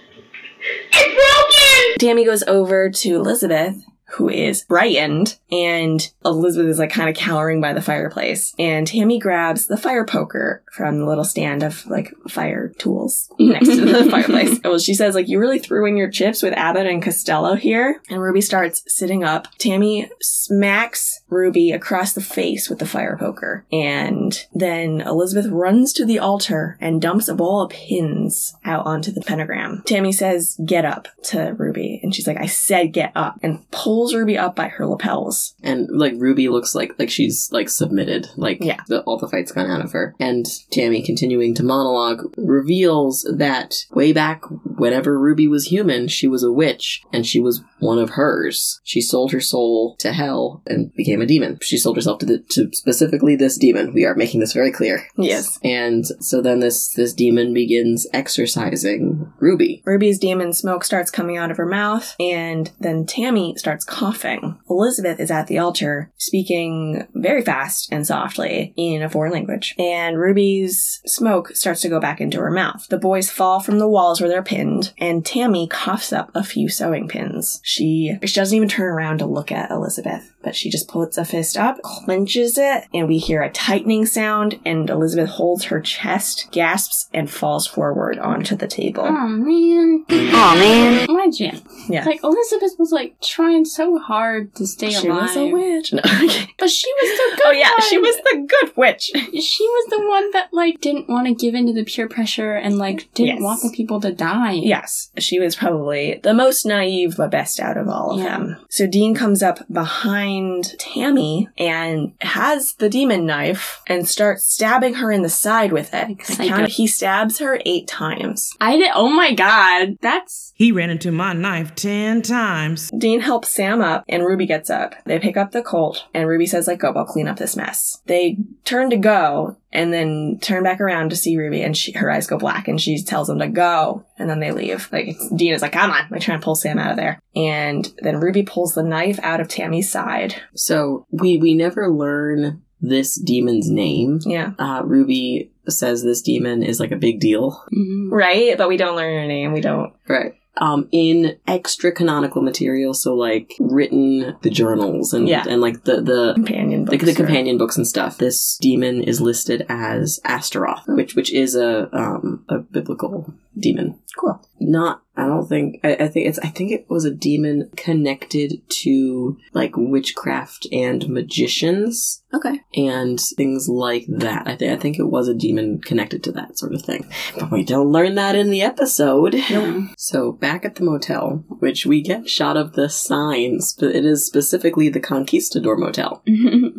S4: It's broken!
S2: Tammy goes over to Elizabeth, who is frightened, and Elizabeth is like kind of cowering by the fireplace. And Tammy grabs the fire poker from the little stand of like fire [laughs] tools next to the fireplace. Well, she says like you really threw in your chips with Abbott and Costello here. And Ruby starts sitting up. Tammy smacks Ruby across the face with the fire poker, and then Elizabeth runs to the altar and dumps a ball of pins out onto the pentagram. Tammy says, Get up to Ruby. And she's like, I said get up. And pulls Ruby up by her lapels.
S1: And like Ruby looks like like she's like submitted, like
S2: Yeah.
S1: the, all the fight's gone out of her. And Tammy, continuing to monologue, reveals that way back whenever Ruby was human, she was a witch, and she was one of hers. She sold her soul to hell and became a demon. She sold herself to the, to specifically this demon. We are making this very clear.
S2: Yes.
S1: And so then this this demon begins exercising Ruby.
S2: Ruby's demon smoke starts coming out of her mouth, and then Tammy starts coughing. Elizabeth is at the altar, speaking very fast and softly in a foreign language, and Ruby's smoke starts to go back into her mouth. The boys fall from the walls where they're pinned, and Tammy coughs up a few sewing pins. She she doesn't even turn around to look at Elizabeth. But she just puts a fist up, clenches it, and we hear a tightening sound, and Elizabeth holds her chest, gasps, and falls forward onto the table.
S3: Oh man.
S4: Aw, man.
S3: My jam.
S2: Yeah.
S3: Like Elizabeth was like trying so hard to stay
S2: She
S3: alive.
S2: was a witch. No, [laughs] okay.
S3: But she was the good
S2: Oh yeah, she
S3: one.
S2: was the good witch.
S3: she was the one that like didn't want to give in to the peer pressure and like didn't
S2: Yes.
S3: want the people to die.
S2: Yes, she was probably the most naive, but best out of all of
S3: Yeah.
S2: them. So Dean comes up behind Tammy and has the demon knife and starts stabbing her in the side with it.
S3: Like
S2: I
S3: psycho.
S2: counted- he stabs her eight times.
S3: I did. Oh my god, that's [laughs]
S12: He ran into my knife ten times.
S2: Dean helps Sam up and Ruby gets up. They pick up the Colt and Ruby says, like, go, I'll clean up this mess. They turn to go and then turn back around to see Ruby and she, her eyes go black and she tells them to go and then they leave. Like, it's, Dean is like, come on, like trying to pull Sam out of there. And then Ruby pulls the knife out of Tammy's side.
S1: So we we never learn this demon's name.
S2: Yeah.
S1: Uh, Ruby says this demon is like a big deal.
S2: Mm-hmm.
S3: mhm.
S2: Right? But we don't learn her name. We don't.
S1: Right. Um, in extra canonical material, so like written the journals and
S2: Yeah.
S1: and like the the
S2: Companion
S1: the,
S2: books.
S1: the
S2: or-
S1: companion books and stuff. This demon is listed as Astaroth, which which is a um a biblical demon.
S2: Cool.
S1: Not, I don't think. I, I think it's. I think it was a demon connected to like witchcraft and magicians.
S2: Okay.
S1: and things like that. I think I think it was a demon connected to that sort of thing. But we don't learn that in the episode. [laughs] So back at the motel, which we get a shot of the signs, but it is specifically the Conquistador Motel.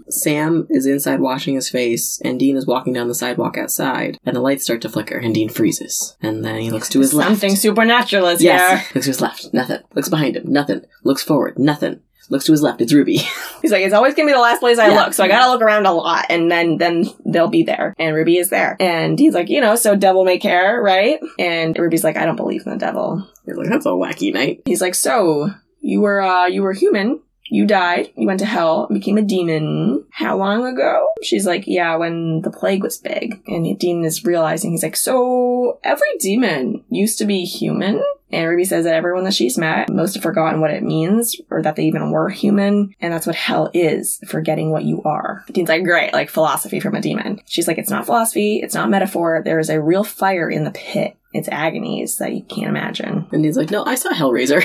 S1: Sam is inside washing his face, and Dean is walking down the sidewalk outside, and the lights start to flicker, and Dean freezes. And then he looks to his left.
S2: Something supernatural is
S1: Yes.
S2: here.
S1: Looks to his left. Nothing. Looks behind him. Nothing. Looks forward. Nothing. Looks to his left. It's Ruby. [laughs]
S2: He's like, it's always gonna be the last place I
S1: Yeah.
S2: look, so I gotta look around a lot, and then then they'll be there. And Ruby is there, and he's like, you know, so devil may care, right? And Ruby's like, I don't believe in the devil.
S1: You're like, that's a wacky night.
S2: He's like, so you were uh you were human. You died, you went to hell, became a demon. How long ago? She's like, Yeah, when the plague was big. And Dean is realizing, he's like, So every demon used to be human? And Ruby says that everyone that she's met most have forgotten what it means or that they even were human. And that's what hell is forgetting what you are. Dean's like, great, like philosophy from a demon. She's like, it's not philosophy, it's not metaphor. There is a real fire in the pit. It's agonies that you can't imagine.
S1: And Dean's like, no, I saw Hellraiser.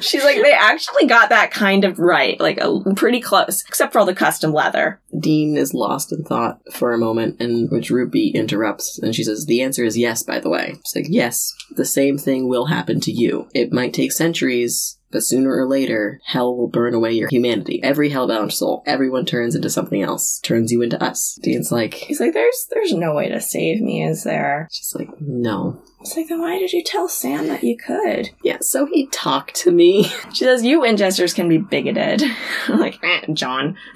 S1: [laughs]
S2: She's like, they actually got that kind of right, like a, pretty close, except for all the custom leather.
S1: Dean is lost in thought for a moment, and which Ruby interrupts, and she says, "The answer is yes." By the way, it's like yes, the same thing will happen to you. It might take centuries, but sooner or later, hell will burn away your humanity. Every hellbound soul, everyone turns into something else, turns you into us. Dean's like,
S2: He's like, there's there's no way to save me, is there?
S1: she's like, no,
S2: It's like, then why did you tell Sam that you could?
S1: yeah. So he talked to me.
S2: She says, you Winchesters can be bigoted. [laughs] I'm like, eh, John. [laughs]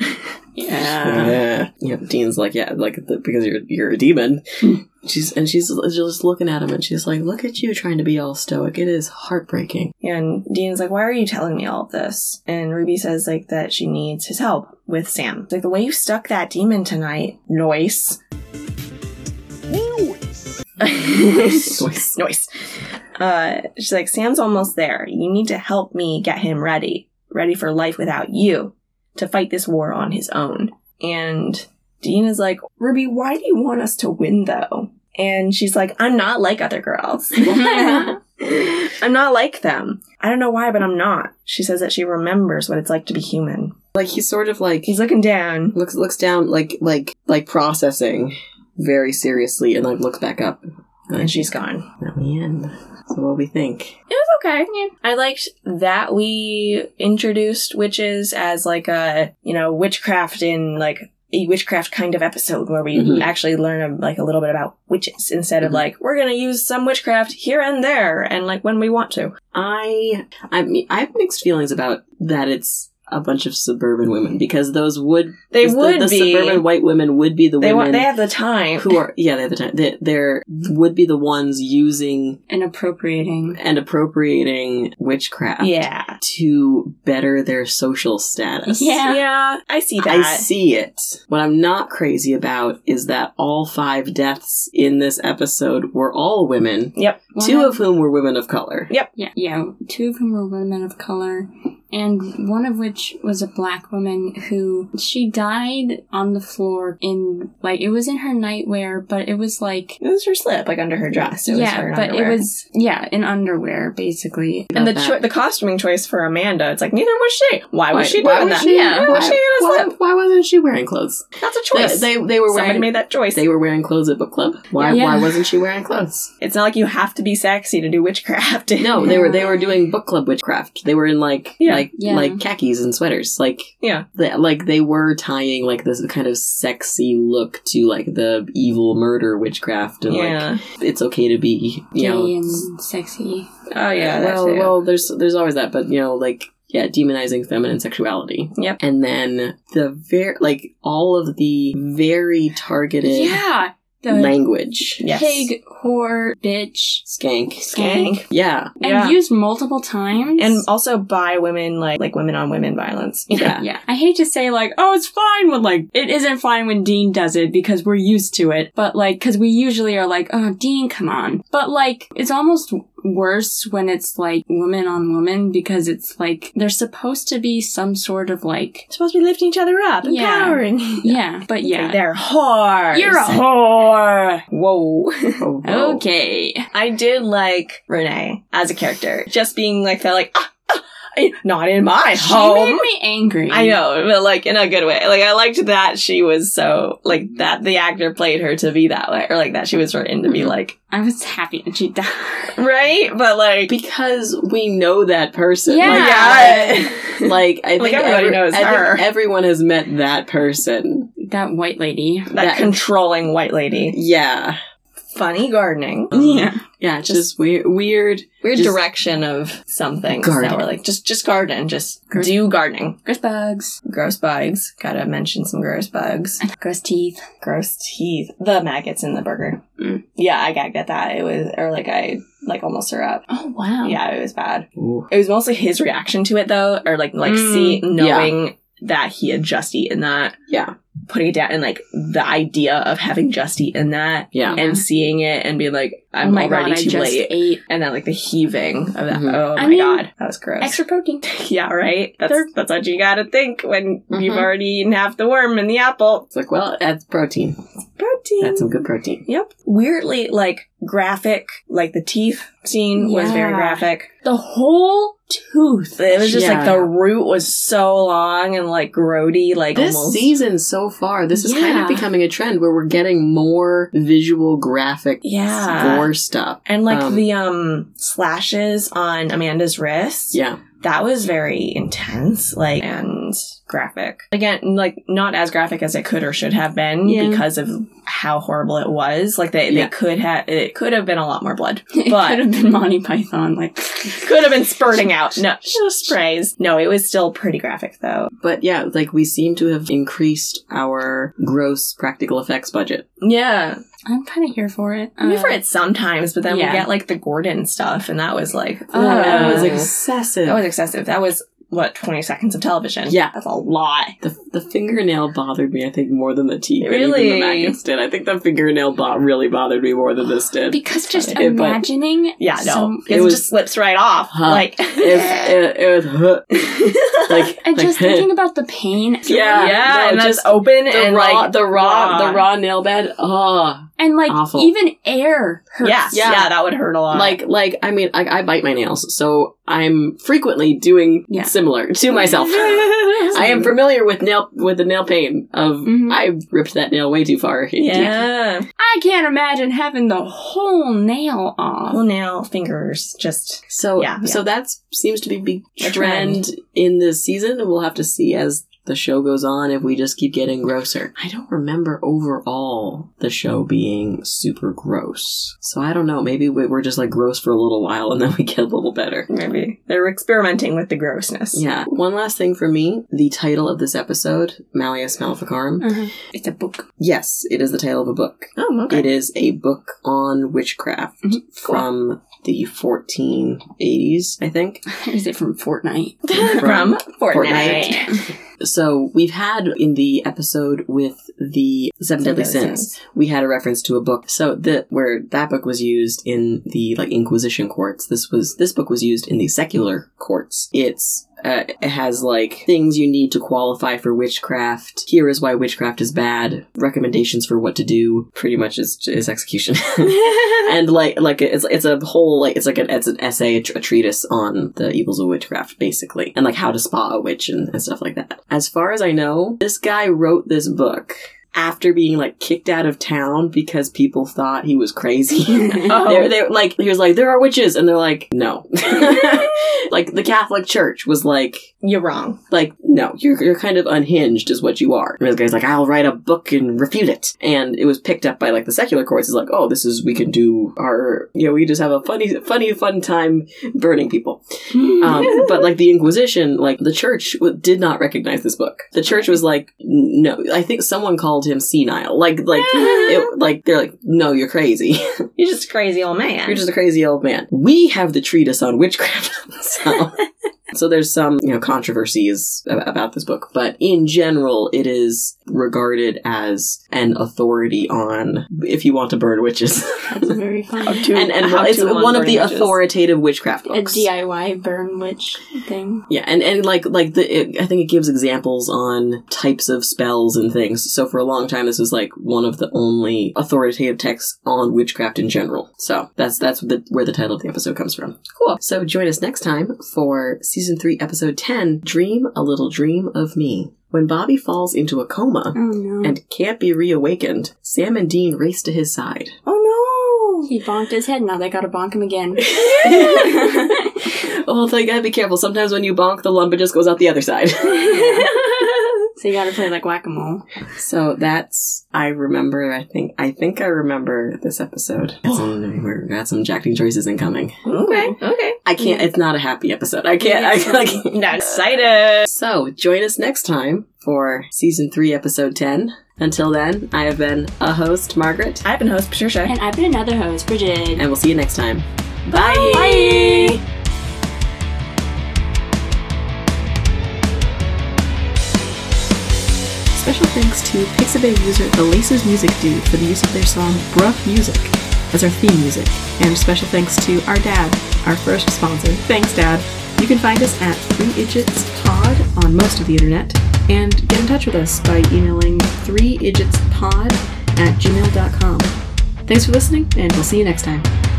S2: yeah.
S1: yeah, [laughs] yeah. Dean's like, yeah, like the, because you're you're a demon. She's and she's just looking at him, and she's like, "Look at you trying to be all stoic. It is heartbreaking."
S2: And Dean's like, why are you telling me all of this? And Ruby says, like, that she needs his help with Sam. It's like, the way you stuck that demon tonight, noise. [laughs]
S1: Choice.
S2: noise. Uh, she's like, Sam's almost there. You need to help me get him ready, ready for life without you, to fight this war on his own. And Dean is like, Ruby, why do you want us to win though? And she's like, I'm not like other girls. [laughs] I'm not like them. I don't know why, but I'm not. She says that she remembers what it's like to be human.
S1: [laughs] Like he's sort of like
S2: He's looking down.
S1: looks looks down like like like processing very seriously and like looks back up.
S2: And she's gone.
S1: At the end. So what we think.
S2: It was okay. I liked that we introduced witches as like a you know witchcraft in like a witchcraft kind of episode where we
S1: Mhm.
S2: actually learn a, like a little bit about witches instead of
S1: Mhm.
S2: like we're gonna use some witchcraft here and there and like when we want to.
S1: I I mean I have mixed feelings about that it's a bunch of suburban women because those would
S2: They
S1: the,
S2: would
S1: the
S2: be.
S1: suburban white women would be the
S2: they want
S1: women
S2: they have the time.
S1: who
S2: [laughs]
S1: are yeah they have the time they they're would be the ones using
S3: and appropriating.
S1: and appropriating witchcraft
S2: yeah.
S1: to better their social status
S3: Yeah.
S2: Yeah, I see that.
S1: I see it. What I'm not crazy about is that all five deaths in this episode were all women,
S2: Yep.
S1: two
S3: One-
S1: of whom were women of color.
S2: Yep.
S3: yeah, yeah, two of whom were women of color, and one of which was a black woman who she died on the floor in like it was in her nightwear, but it was like
S2: it was her slip, like under her dress. It was
S3: yeah,
S2: her
S3: but
S2: underwear.
S3: it was yeah in underwear basically.
S2: And the
S3: About
S2: cho-
S3: that.
S2: the costuming choice for Amanda, it's like neither was she. Why was she doing
S1: was
S2: that?
S1: she-
S2: Why was she in a
S1: why,
S2: slip?
S1: why wasn't she wearing clothes?
S2: That's a
S1: They,
S2: choice.
S1: they, they were
S2: Somebody
S1: wearing
S2: made that choice.
S1: they were wearing clothes at book club. Why
S3: Yeah.
S1: why wasn't she wearing clothes?
S2: it's not like you have to be sexy to do witchcraft.
S1: No, they were they were doing book club witchcraft. They were in like
S2: Yeah.
S1: like
S3: Yeah.
S1: like khakis and sweaters. Like
S2: yeah,
S1: that like they were tying like this kind of sexy look to like the evil murder witchcraft and
S2: [laughs] yeah.
S1: like it's okay to be you
S3: gay
S1: know
S3: and sexy.
S2: oh yeah. that
S1: well
S2: too.
S1: well there's there's always that but you know like yeah demonizing feminine sexuality
S2: Yep.
S1: and then the very like all of the very targeted
S3: Yeah, the
S1: language
S2: yes.
S3: pig whore bitch
S1: skank
S3: Skank.
S1: yeah
S3: and
S2: Yeah.
S3: used multiple times [laughs]
S2: and also by women like like women on women violence. You know?
S1: yeah
S3: Yeah. I hate to say, like, oh, it's fine when, like, it isn't fine when Dean does it because we're used to it. But, like, because we usually are like, oh, Dean, come on. But, like, it's almost worse when it's, like, woman on woman because it's, like, there's supposed to be some sort of, like,
S2: supposed to be lifting each other up,
S3: Yeah.
S2: empowering. [laughs]
S3: yeah, but yeah.
S2: They're whores.
S3: You're
S2: [laughs]
S3: a whore!
S2: whoa.
S3: Okay.
S2: I did like Renee as a character, just being like that, like ah, ah, I- not in my
S3: She
S2: home.
S3: made me angry.
S2: I know, but like in a good way. Like I liked that she was so like that the actor played her to be that way, or like that she was written to be like
S3: I was happy when she [laughs] died.
S2: right, but like Oh,
S1: because we know that person
S3: Yeah.
S1: like,
S2: [laughs] yeah,
S1: like, I think
S2: Like, everybody
S1: every-
S2: knows
S1: I think
S2: her.
S1: everyone has met that person
S3: That white lady.
S2: that,
S1: That-
S2: controlling white lady,
S1: yeah
S2: funny gardening,
S3: Yeah.
S1: yeah just, weird weird
S2: weird
S1: Just-
S2: direction of something.
S1: Garden.
S2: that were like just just garden, just do gardening.
S3: Gross bugs.
S2: Gross bugs, gotta mention some gross bugs.
S3: Gross teeth.
S2: gross teeth. The maggots in the burger.
S3: Mm.
S2: Yeah, I gagged at that. It was, or like I like almost threw up.
S3: Oh, wow.
S2: Yeah, it was bad.
S1: Ooh.
S2: It was mostly his reaction to it though, or like like
S3: Mm.
S2: see knowing that he had just eaten that,
S1: yeah
S2: putting it down, and like the idea of having just eaten that
S1: yeah
S2: and seeing it and being like, I'm
S3: oh my
S2: already
S3: god,
S2: too
S3: I just
S2: late.
S3: ate
S2: [laughs] and then like the heaving of that.
S1: Mhm.
S2: Oh my
S3: I mean,
S2: god, that was gross.
S3: extra protein.
S2: [laughs] yeah, right. That's
S3: They're- Mm-hmm.
S2: that's what you gotta think when you've
S1: Mhm.
S2: already eaten half the worm and the apple.
S1: it's like well that's protein
S2: Protein.
S1: that's some good protein
S2: Yep. Weirdly, like graphic, like the teeth scene was very
S3: Yeah.
S2: graphic.
S3: The whole tooth.
S2: It was just like the
S1: Yeah.
S2: root was so long and like grody, like
S1: this
S2: almost.
S1: season so far this is kind
S3: Yeah.
S1: of becoming a trend where we're getting more visual graphic
S2: Yeah.
S1: gore stuff
S2: and like
S1: um,
S2: the um slashes on Amanda's wrist,
S1: yeah
S2: that was very intense, like and graphic. Again, like not as graphic as it could or should have been
S1: Yeah.
S2: because of how horrible it was. Like they,
S1: Yeah.
S2: they could have it could have been a lot more blood.
S3: [laughs] It
S2: But-
S3: could have been Monty Python. Like, [laughs]
S2: could have been spurting out. No, just sprays. No, it was still pretty graphic though.
S1: but yeah like we seem to have increased our gross practical effects budget
S2: Yeah,
S3: I'm kind of here for it.
S2: We've
S3: Uh,
S2: read it sometimes, but then
S3: yeah.
S2: we get like the Gordon stuff, and that was like,
S3: Oh, that
S1: that was
S2: uh,
S1: excessive
S2: that was excessive. That was what twenty seconds of television.
S1: Yeah.
S2: that's a lot.
S1: the, the fingernail bothered me, I think, more than the teeth. and
S2: Really?
S1: even the maggots did. I think the fingernail bo- really bothered me more than this did.
S3: Because just
S1: But-
S3: imagining.
S2: [laughs] Yeah, no,
S3: some-
S2: it,
S1: it was-
S2: just slips right off.
S1: Huh.
S2: Like,
S1: It, [laughs] it, it was [laughs]
S3: [laughs]
S1: like
S3: [laughs] and
S1: like,
S2: [laughs]
S3: just thinking about the pain.
S1: [laughs] Yeah,
S2: yeah,
S1: no,
S2: and that's
S1: just
S2: open
S1: the
S2: and
S1: raw,
S2: like
S1: the raw,
S2: raw.
S1: the raw nail bed. Oh,
S3: And like,
S1: Awful.
S3: even air hurts.
S2: yeah, yeah,
S3: [laughs]
S1: Yeah.
S2: that would hurt a lot.
S1: like like I mean, I, I bite my nails, so I'm frequently doing
S3: Yeah.
S1: similar to
S2: [laughs]
S1: myself. I am familiar with nail with the nail pain of
S3: Mhm.
S1: I ripped that nail way too far.
S2: Mm-hmm.
S1: [laughs]
S2: yeah.
S3: I can't imagine having the whole nail off.
S2: [laughs] Well, now fingers just
S1: So
S2: Yeah,
S1: so that seems to be big
S2: A
S1: trend,
S2: trend.
S1: in this season, and we'll have to see as the show goes on if we just keep getting grosser. I don't remember overall the show being super gross, so I don't know. Maybe we- we're just like gross for a little while, and then we get a little better.
S2: maybe they're experimenting with the grossness.
S1: Yeah. One last thing for me: the title of this episode, Malleus Maleficarum.
S2: it's a book.
S1: Yes, it is the title of a book.
S2: Oh, okay.
S1: It is a book on witchcraft from the 1480s, I think. [laughs]
S3: Is it from Fortnite?
S2: From, [laughs] Fortnite.
S1: Fortnite.
S2: [laughs]
S1: So we've had in the episode with the Seven Deadly Sins, we had a reference to a book. So that where that book was used in the like Inquisition courts, this was this book was used in the secular courts. It's Uh, it has like things you need to qualify for witchcraft. Here is why witchcraft is bad. Recommendations for what to do. Pretty much is is execution. [laughs] and like like it's it's a whole like it's like an it's an essay a, tr- a treatise on the evils of witchcraft basically, and like how to spot a witch and, and stuff like that. As far as I know, this guy wrote this book after being like kicked out of town because people thought he was crazy. [laughs]
S3: [laughs]
S1: They're, they're, like he was like there are witches, and they're like no. [laughs] like the Catholic Church was like
S3: You're wrong.
S1: like no, you're you're kind of unhinged is what you are. And this guy's like I'll write a book and refute it, and it was picked up by like the secular courts. It's like oh this is we can do our you know we just have a funny funny fun time burning people.
S2: Uh-huh.
S1: um, but like the Inquisition, like the church w- did not recognize this book. The church was like n- no. I think someone called him senile. Like like it, like they're like no, you're crazy.
S2: You're just a crazy old man.
S1: You're just a crazy old man. We have the treatise on witchcraft. [laughs] So, so there's some, you know, controversies ab- about this book, but in general, it is regarded as an authority on if you want to burn witches. [laughs]
S3: That's very fun.
S1: and and
S2: how
S1: it's
S2: to
S1: one of
S2: burn
S1: the
S2: witches.
S1: authoritative witchcraft
S3: A
S1: books.
S3: DIY burn witch thing.
S1: Yeah, and, and like like the it, I think it gives examples on types of spells and things. So for a long time, this was like one of the only authoritative texts on witchcraft in general. So that's that's the, where the title of the episode comes from. Cool. So join us next time for season three, episode ten. Dream a little dream of me. When Bobby falls into a coma
S3: Oh no.
S1: and can't be reawakened, Sam and Dean race to his side. [laughs]
S3: oh no! He bonked his head. Now they gotta bonk him again.
S1: Oh, so you gotta be careful. Sometimes when you bonk, the lumbar just goes out the other side.
S3: so you gotta play like whack a mole.
S1: So that's I remember. I think I think I remember this episode. Got [gasps] some, we've got some jacking choices incoming.
S2: okay, okay.
S1: I can't. It's not a happy episode. I can't. I, I can't.
S2: Not excited.
S1: So join us next time for season three, episode ten. Until then, I have been a host, Margaret,
S2: I've been host Patricia.
S3: And I've been another host, Bridget.
S1: and we'll see you next time.
S3: Bye.
S1: Special thanks to Pixabay user Elisa's Music Dude for the use of their song Bruff Music as our theme music. And special thanks to our dad, our first sponsor. Thanks, Dad. You can find us at 3 Idgits Pod on most of the internet. And get in touch with us by emailing 3idgitspod at gmail.com. Thanks for listening, and we'll see you next time.